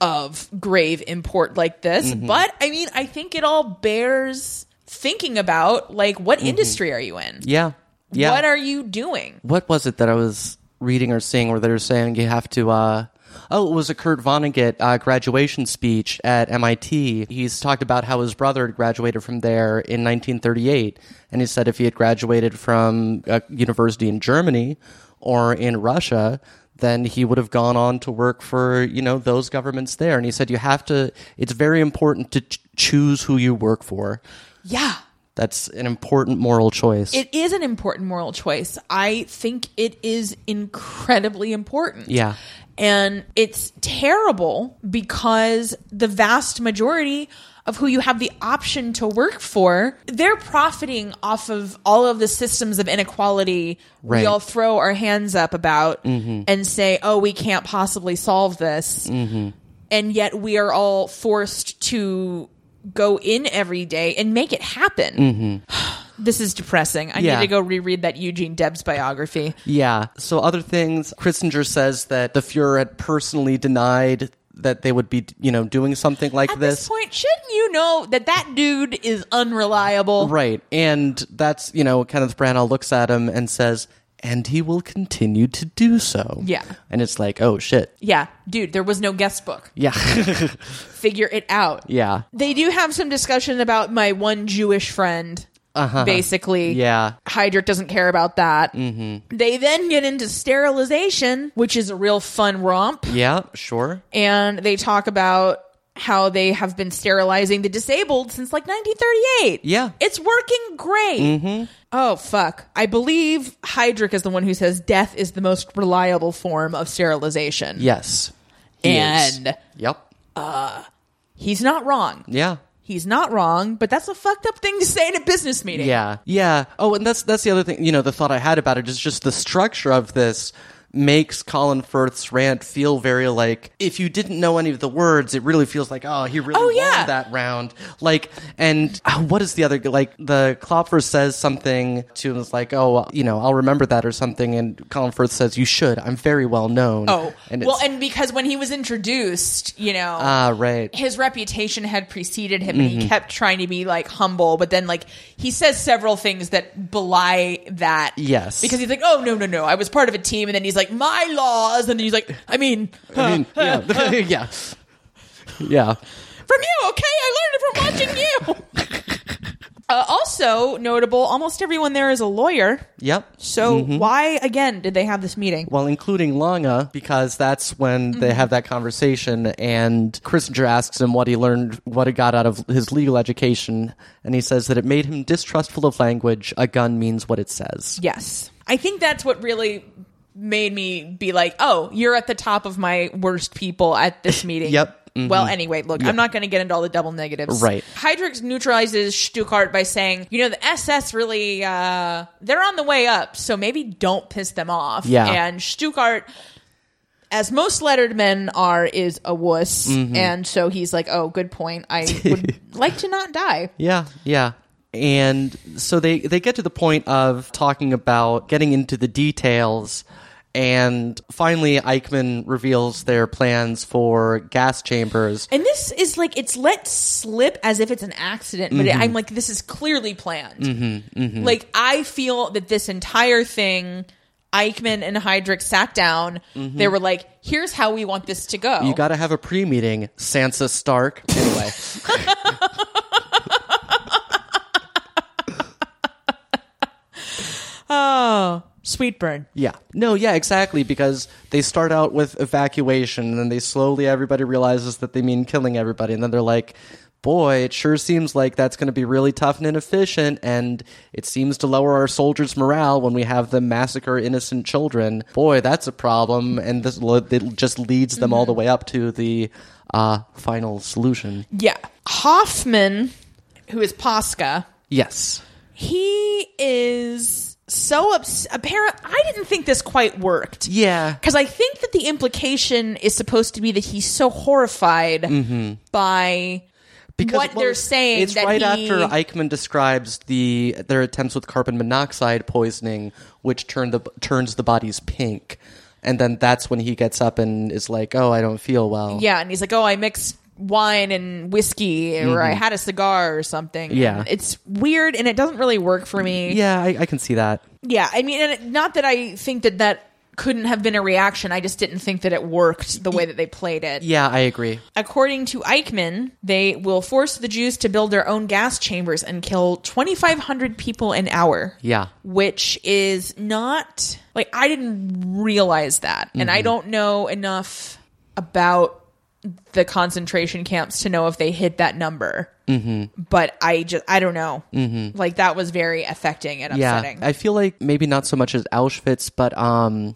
Speaker 3: of grave import like this. But I mean, I think it all bears thinking about like what industry are you in?
Speaker 2: Yeah. Yeah.
Speaker 3: What are you doing?
Speaker 2: what was it that I was reading or seeing where they were saying you have to? Uh, oh, it was a Kurt Vonnegut uh, graduation speech at MIT. He's talked about how his brother had graduated from there in 1938, and he said if he had graduated from a university in Germany or in Russia. Then he would have gone on to work for you know those governments there, and he said you have to. It's very important to ch- choose who you work for.
Speaker 3: Yeah.
Speaker 2: That's an important moral choice.
Speaker 3: It is an important moral choice. I think it is incredibly important.
Speaker 2: Yeah.
Speaker 3: And it's terrible because the vast majority of who you have the option to work for, they're profiting off of all of the systems of inequality we
Speaker 2: Right. Mm-hmm.
Speaker 3: all throw our hands up about and say, oh, we can't possibly solve this
Speaker 2: Mm-hmm.
Speaker 3: and yet we are all forced to go in every day and make it happen. [sighs] This is depressing. I
Speaker 2: Mm-hmm. Yeah.
Speaker 3: need to go reread that Eugene Debs biography.
Speaker 2: Yeah. So other things, Krissinger says that the Fuhrer had personally denied that they would be, you know, doing something like
Speaker 3: At this,
Speaker 2: this.
Speaker 3: point, shouldn't you know that that dude is unreliable?
Speaker 2: Right. And that's, you know, Kenneth Branagh looks at him and says, and he will continue to do so.
Speaker 3: Yeah.
Speaker 2: And it's like, oh shit.
Speaker 3: Yeah, dude, there was no guest book.
Speaker 2: Yeah. [laughs]
Speaker 3: Figure it out.
Speaker 2: yeah.
Speaker 3: They do have some discussion about my one Jewish friend basically.
Speaker 2: Yeah.
Speaker 3: Heydrich doesn't care about that. Mm-hmm. They then get into sterilization, which is a real fun romp.
Speaker 2: Yeah, sure.
Speaker 3: And they talk about how they have been sterilizing the disabled since like 1938.
Speaker 2: Yeah. Mm-hmm.
Speaker 3: It's working great. Oh, fuck. I believe Heydrich is the one who says death is the most reliable form of sterilization.
Speaker 2: Yes. He is.
Speaker 3: And-
Speaker 2: Yep.
Speaker 3: He's not wrong.
Speaker 2: Yeah.
Speaker 3: He's not wrong, but that's a fucked up thing to say in a business meeting.
Speaker 2: Yeah. Yeah. Oh, and that's that's the other thing, you know, the thought I had about it is just the structure of this makes Colin Firth's rant feel very like if you didn't know any of the words, it really feels like, oh, he really
Speaker 3: Oh, yeah.
Speaker 2: won that round. Like and uh, what is the other like the Klopfer says something to him it's like, oh, you know, I'll remember that or something and Colin Firth says, You should. I'm very well known.
Speaker 3: Oh,
Speaker 2: and
Speaker 3: well,
Speaker 2: it's,
Speaker 3: and because when he was introduced, you know,
Speaker 2: ah, right.
Speaker 3: his reputation had preceded him, and he kept trying to be like humble, but then like he says several things that belie that.
Speaker 2: Yes.
Speaker 3: because he's like, oh no, no, no, I was part of a team, and then he's like, my laws, and then he's like, I mean, [laughs]
Speaker 2: I mean, yeah. [laughs] yeah. Yeah.
Speaker 3: from you, okay? I learned it from watching you. Uh, also notable, almost everyone there is a lawyer.
Speaker 2: Yep.
Speaker 3: So why again did they have this meeting?
Speaker 2: Well, including Langa, because that's when they have that conversation, and Christinger asks him what he learned, what he got out of his legal education, and he says that it made him distrustful of language. A gun means what it says.
Speaker 3: Yes. I think that's what really made me be like, oh, you're at the top of my worst people at
Speaker 2: [laughs]
Speaker 3: this meeting.
Speaker 2: Yep. Mm-hmm.
Speaker 3: Well, anyway, look, I'm not going to get into all the double negatives.
Speaker 2: Right.
Speaker 3: Hydrix neutralizes Stuckart by saying, you know, the SS really, uh, they're on the way up, so maybe don't piss them off.
Speaker 2: Yeah.
Speaker 3: And Stuckart, as most lettered men are, is a wuss.
Speaker 2: Mm-hmm.
Speaker 3: And so he's like, oh, good point.
Speaker 2: [laughs]
Speaker 3: I would like to not die.
Speaker 2: Yeah, yeah. And so they they get to the point of talking about getting into the details and finally Eichmann reveals their plans for gas chambers.
Speaker 3: And this is like it's let slip as if it's an accident, but
Speaker 2: Mm-hmm.
Speaker 3: I'm like, this is clearly planned. Like I feel that this entire thing, Eichmann and Heydrich sat down. They were like, "Here's how we want this to go."
Speaker 2: Mm-hmm. You got to have a pre-meeting, Sansa Stark. [laughs] Anyway,
Speaker 3: Sweetburn.
Speaker 2: Yeah. No, yeah, exactly. Because they start out with evacuation, and then they slowly, everybody realizes that they mean killing everybody. And then they're like, boy, it sure seems like that's going to be really tough and inefficient. And it seems to lower our soldiers' morale when we have them massacre innocent children. Boy, that's a problem. And this lo- it just leads them all the way up to the uh, final solution.
Speaker 3: Yeah, Hoffman, who is Posca,
Speaker 2: Yes.
Speaker 3: he is so ups- apparent. I didn't think this quite worked.
Speaker 2: Yeah.
Speaker 3: Because I think that the implication is supposed to be that he's so horrified by what
Speaker 2: Mm-hmm. well,
Speaker 3: they're saying
Speaker 2: It's
Speaker 3: that
Speaker 2: right
Speaker 3: he-
Speaker 2: after Eichmann describes the their attempts with carbon monoxide poisoning, which turn the turns the bodies pink, and then that's when he gets up and is like, "Oh, I don't feel well."
Speaker 3: Yeah, and he's like, "Oh, I mixed wine and whiskey, or I had a cigar or something."
Speaker 2: Mm-hmm. Yeah.
Speaker 3: And it's weird, and it doesn't really work for me.
Speaker 2: yeah, I, I can see that.
Speaker 3: Yeah, I mean, and it, not that I think that that couldn't have been a reaction. I just didn't think that it worked the way that they played it.
Speaker 2: Yeah, I agree.
Speaker 3: According to Eichmann, they will force the Jews to build their own gas chambers and kill 2,500 people an hour.
Speaker 2: Yeah.
Speaker 3: Which is not, like, I didn't realize that. And I don't know enough about the concentration camps to know if they hit that number. Mm-hmm. But I just, I don't know. Mm-hmm. Like, that was very affecting and
Speaker 2: Yeah,
Speaker 3: upsetting.
Speaker 2: I feel like maybe not so much as Auschwitz, but um,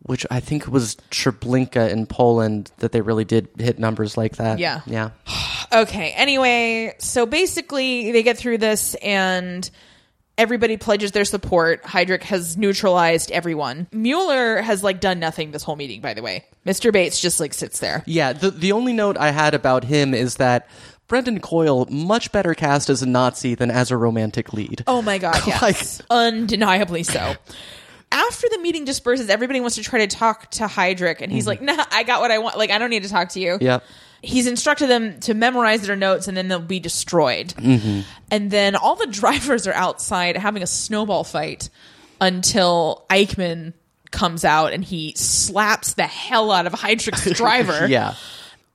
Speaker 2: which I think was Treblinka in Poland that they really did hit numbers like that.
Speaker 3: Yeah.
Speaker 2: yeah.
Speaker 3: Okay. Anyway, so basically they get through this and everybody pledges their support. Heydrich has neutralized everyone. Mueller has like done nothing this whole meeting, by the way. Mr. Bates just like sits there.
Speaker 2: Yeah, the the only note I had about him is that Brendan Coyle much better cast as a Nazi than as a romantic lead.
Speaker 3: Oh my [laughs] god, yes. Undeniably [laughs] so. After the meeting disperses, everybody wants to try to talk to Heydrich, and he's like, nah, I got what I want. Like, I don't need to talk to you.
Speaker 2: Yeah.
Speaker 3: He's instructed them to memorize their notes and then they'll be destroyed. And then all the [laughs] drivers are outside having a snowball fight until Eichmann comes out and he [laughs] slaps the hell out of Heydrich's driver.
Speaker 2: Yeah.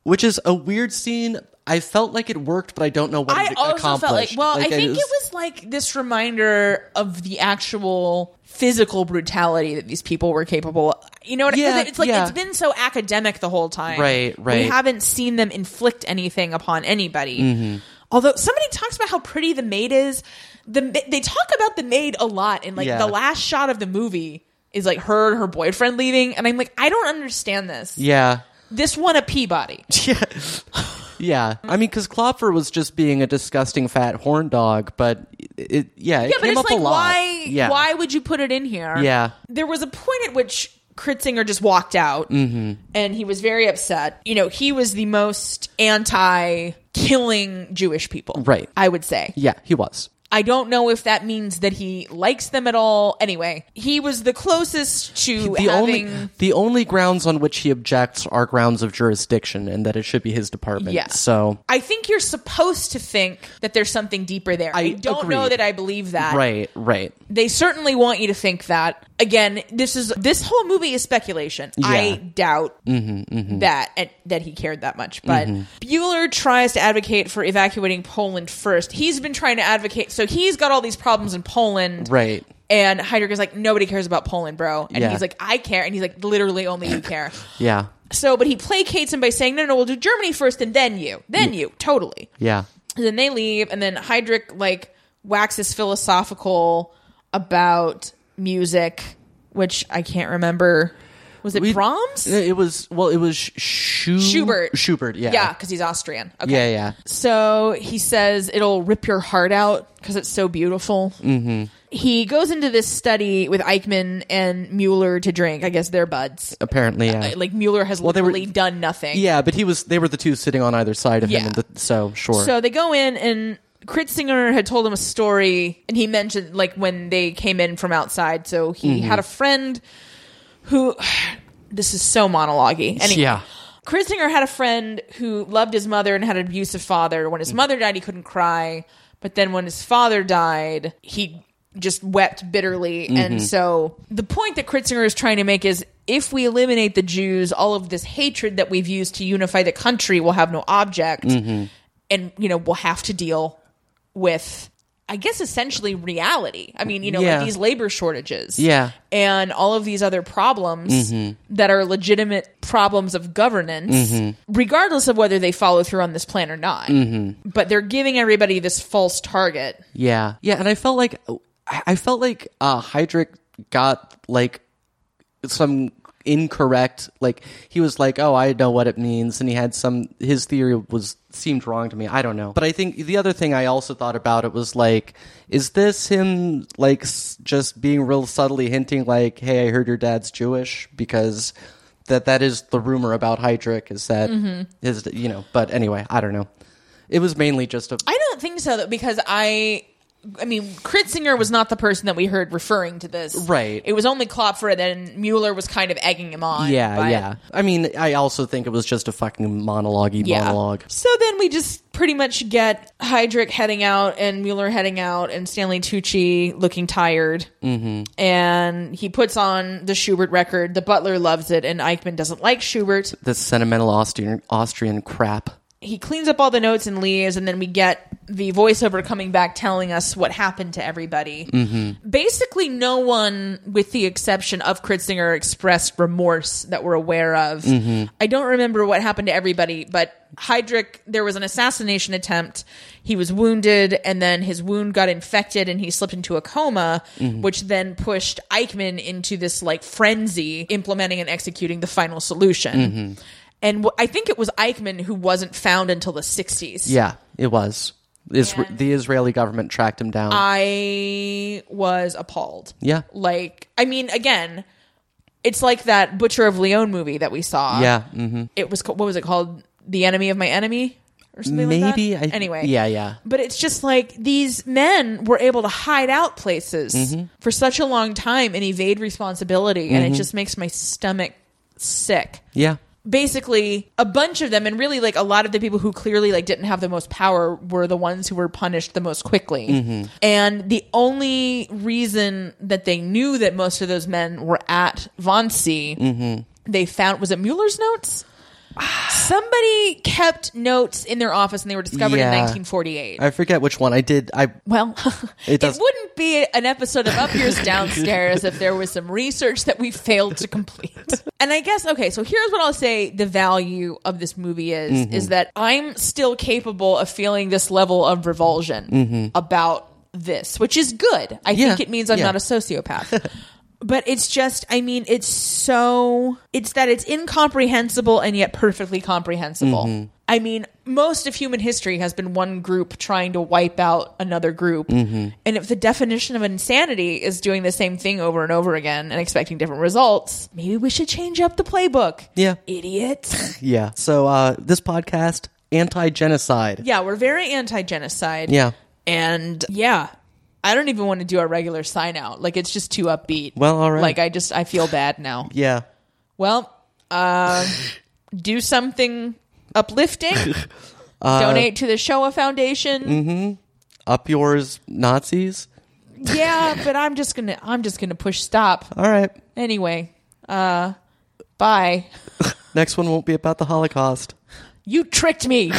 Speaker 2: Which is a weird scene. I felt like it worked, but I don't know what
Speaker 3: I
Speaker 2: it
Speaker 3: also
Speaker 2: accomplished.
Speaker 3: felt like, well, I think
Speaker 2: is-
Speaker 3: it was like this reminder of the actual physical brutality that these people were capable. You know what? 'cause
Speaker 2: Yeah,
Speaker 3: it's like
Speaker 2: yeah.
Speaker 3: it's been so academic the whole time,
Speaker 2: Right,
Speaker 3: We
Speaker 2: right.
Speaker 3: haven't seen them inflict anything upon anybody.
Speaker 2: Mm-hmm.
Speaker 3: Although somebody talks about how pretty the maid is, the ma- they talk about the maid a lot in like
Speaker 2: Yeah.
Speaker 3: the last shot of the movie is like her and her boyfriend leaving, and I'm like, I don't understand this.
Speaker 2: Yeah.
Speaker 3: This won a Peabody.
Speaker 2: Yeah. [laughs] Yeah, I mean, because Klopfer was just being a disgusting fat horn dog, but it, yeah, it
Speaker 3: Yeah, but
Speaker 2: came
Speaker 3: it's
Speaker 2: up
Speaker 3: like
Speaker 2: a lot.
Speaker 3: why
Speaker 2: yeah.
Speaker 3: why would you put it in here?
Speaker 2: Yeah.
Speaker 3: There was a point at which Kritzinger just walked out
Speaker 2: Mm-hmm.
Speaker 3: and he was very upset. You know, he was the most anti killing Jewish people.
Speaker 2: Right.
Speaker 3: I would say.
Speaker 2: Yeah, he was.
Speaker 3: I don't know if that means that he likes them at all. Anyway, he was the closest to
Speaker 2: The
Speaker 3: having
Speaker 2: only the only grounds on which he objects are grounds of jurisdiction, and that it should be his department.
Speaker 3: Yeah.
Speaker 2: So
Speaker 3: I think you're supposed to think that there's something deeper there. I, don't know
Speaker 2: agreed.
Speaker 3: that I believe that.
Speaker 2: right, right.
Speaker 3: they certainly want you to think that again this is this whole movie is speculation i
Speaker 2: Yeah. Mm-hmm,
Speaker 3: doubt that and- that he cared that much but bueller tries to advocate for evacuating poland first he's been trying to advocate so he's got all these problems in poland
Speaker 2: Right.
Speaker 3: and heidegger's like nobody cares about poland bro and
Speaker 2: Yeah.
Speaker 3: he's like i care and he's like literally only you care
Speaker 2: Yeah.
Speaker 3: so but he placates him by saying no no we'll do germany first and then you then
Speaker 2: Mm.
Speaker 3: you totally
Speaker 2: Yeah.
Speaker 3: and then they leave, and then Heydrich like waxes philosophical about music, which I can't remember. Was it
Speaker 2: We-
Speaker 3: Brahms?
Speaker 2: It it was well. It was Schu-
Speaker 3: Schubert.
Speaker 2: Schubert. Yeah.
Speaker 3: yeah, because he's Austrian. Okay.
Speaker 2: Yeah. Yeah.
Speaker 3: So he says it'll rip your heart out because it's so beautiful. Mm-hmm. He goes into this study with Eichmann and Mueller to drink. I guess they're buds.
Speaker 2: Apparently. Yeah.
Speaker 3: Like Mueller has
Speaker 2: Oh. they were-
Speaker 3: literally done nothing.
Speaker 2: yeah, but he was. They were the two sitting on either side of
Speaker 3: Yeah.
Speaker 2: him. and the- so sure.
Speaker 3: So they go in and Kritzinger had told him a story and he mentioned like when they came in from outside. So he
Speaker 2: Mm-hmm.
Speaker 3: had a friend who [sighs] this is so monologue Anyway,
Speaker 2: Yeah.
Speaker 3: Kritzinger had a friend who loved his mother and had an abusive father. When his mother died, he couldn't cry. But then when his father died, he just wept bitterly. And so the point that Kritzinger is trying to make is if we eliminate the Jews, all of this hatred that we've used to unify the country will have no object. And, you know, we'll have to deal with, I guess, essentially reality. I mean, you know,
Speaker 2: Yeah.
Speaker 3: like these labor shortages
Speaker 2: Yeah.
Speaker 3: and all of these other problems
Speaker 2: Mm-hmm.
Speaker 3: that are legitimate problems of governance, regardless of whether they follow through on this plan or not.
Speaker 2: Mm-hmm.
Speaker 3: But they're giving everybody this false target.
Speaker 2: Yeah, yeah, and I felt like I I felt like uh, Heydrich got like some incorrect like he was like oh i know what it means and he had some his theory was seemed wrong to me i don't know but i think the other thing i also thought about it was like is this him like s- just being real subtly hinting like hey i heard your dad's jewish because that that is the rumor about heydrich is that his you know but anyway i don't know it was mainly just a
Speaker 3: I don't think so, though, because I. I mean, Kritzinger was not the person that we heard referring to this.
Speaker 2: Right.
Speaker 3: It was only Klopfer, then Mueller was kind of egging him on.
Speaker 2: Yeah,
Speaker 3: but-
Speaker 2: yeah. I mean, I also think it was just a fucking monologue monologue.
Speaker 3: So then we just pretty much get Heydrich heading out and Mueller heading out and Stanley Tucci looking tired. Mm-hmm. And he puts on the Schubert record. The butler loves it and Eichmann doesn't like Schubert.
Speaker 2: This sentimental Austrian Austrian crap.
Speaker 3: He cleans up all the notes and leaves. And then we get the voiceover coming back telling us what happened to everybody. Mm-hmm. Basically, no one, with the exception of Kritzinger, expressed remorse that we're aware of. I don't remember what happened to everybody, but Heydrich, there was an assassination attempt. He was wounded, and then his wound got infected, and he slipped into a coma, which then pushed Eichmann into this like frenzy, implementing and executing the final solution. And w- I think it was Eichmann who wasn't found until the 60s.
Speaker 2: Yeah, it was. Isra-
Speaker 3: And-
Speaker 2: the Israeli government tracked him down.
Speaker 3: Uh, I was appalled.
Speaker 2: Yeah.
Speaker 3: Like, I mean, again, it's like that Butcher of Leon movie that we saw.
Speaker 2: yeah, hmm
Speaker 3: It was, ca- what was it called? The Enemy of My Enemy? Or something like that?
Speaker 2: maybe. I,
Speaker 3: anyway.
Speaker 2: yeah, yeah,
Speaker 3: But it's just like these men were able to hide out places
Speaker 2: Mm-hmm.
Speaker 3: for such a long time and evade responsibility. And it just makes my stomach sick.
Speaker 2: yeah,
Speaker 3: Basically, a bunch of them, and really like a lot of the people who clearly like didn't have the most power were the ones who were punished the most quickly. And the only reason that they knew that most of those men were at Von C, they found was it Mueller's notes? Somebody kept notes in their office and they were discovered
Speaker 2: Yeah.
Speaker 3: in 1948.
Speaker 2: I forget which one I did. I
Speaker 3: [laughs] well,
Speaker 2: It
Speaker 3: it,
Speaker 2: does-
Speaker 3: wouldn't be an episode of Up Yours Downstairs if there was some research that we failed to
Speaker 2: [laughs]
Speaker 3: complete. And I guess okay, so here's what I'll say the value of this movie is
Speaker 2: Mm-hmm.
Speaker 3: is that I'm still capable of feeling this level of revulsion about this, which is good. I
Speaker 2: Mm-hmm. Yeah.
Speaker 3: think it means I'm
Speaker 2: Yeah.
Speaker 3: not a
Speaker 2: [laughs]
Speaker 3: sociopath. but it's just i mean it's so it's that it's incomprehensible and yet perfectly comprehensible
Speaker 2: Mm-hmm.
Speaker 3: i mean most of human history has been one group trying to wipe out another group
Speaker 2: Mm-hmm.
Speaker 3: and if the definition of insanity is doing the same thing over and over again and expecting different results maybe we should change up the playbook
Speaker 2: Yeah.
Speaker 3: idiots [laughs]
Speaker 2: yeah. So uh, this podcast anti genocide.
Speaker 3: yeah we're very anti-genocide
Speaker 2: Yeah.
Speaker 3: and yeah I don't even want to do our regular sign out. Like it's just too upbeat.
Speaker 2: Well, all right.
Speaker 3: Like I just I feel bad now.
Speaker 2: Yeah.
Speaker 3: Well, uh, do something uplifting. Donate to the Shoah Foundation.
Speaker 2: Up yours, Nazis.
Speaker 3: Yeah, but I'm just gonna I'm just gonna push stop
Speaker 2: All right.
Speaker 3: anyway. Uh, bye.
Speaker 2: Next one won't be about the Holocaust.
Speaker 3: You tricked me.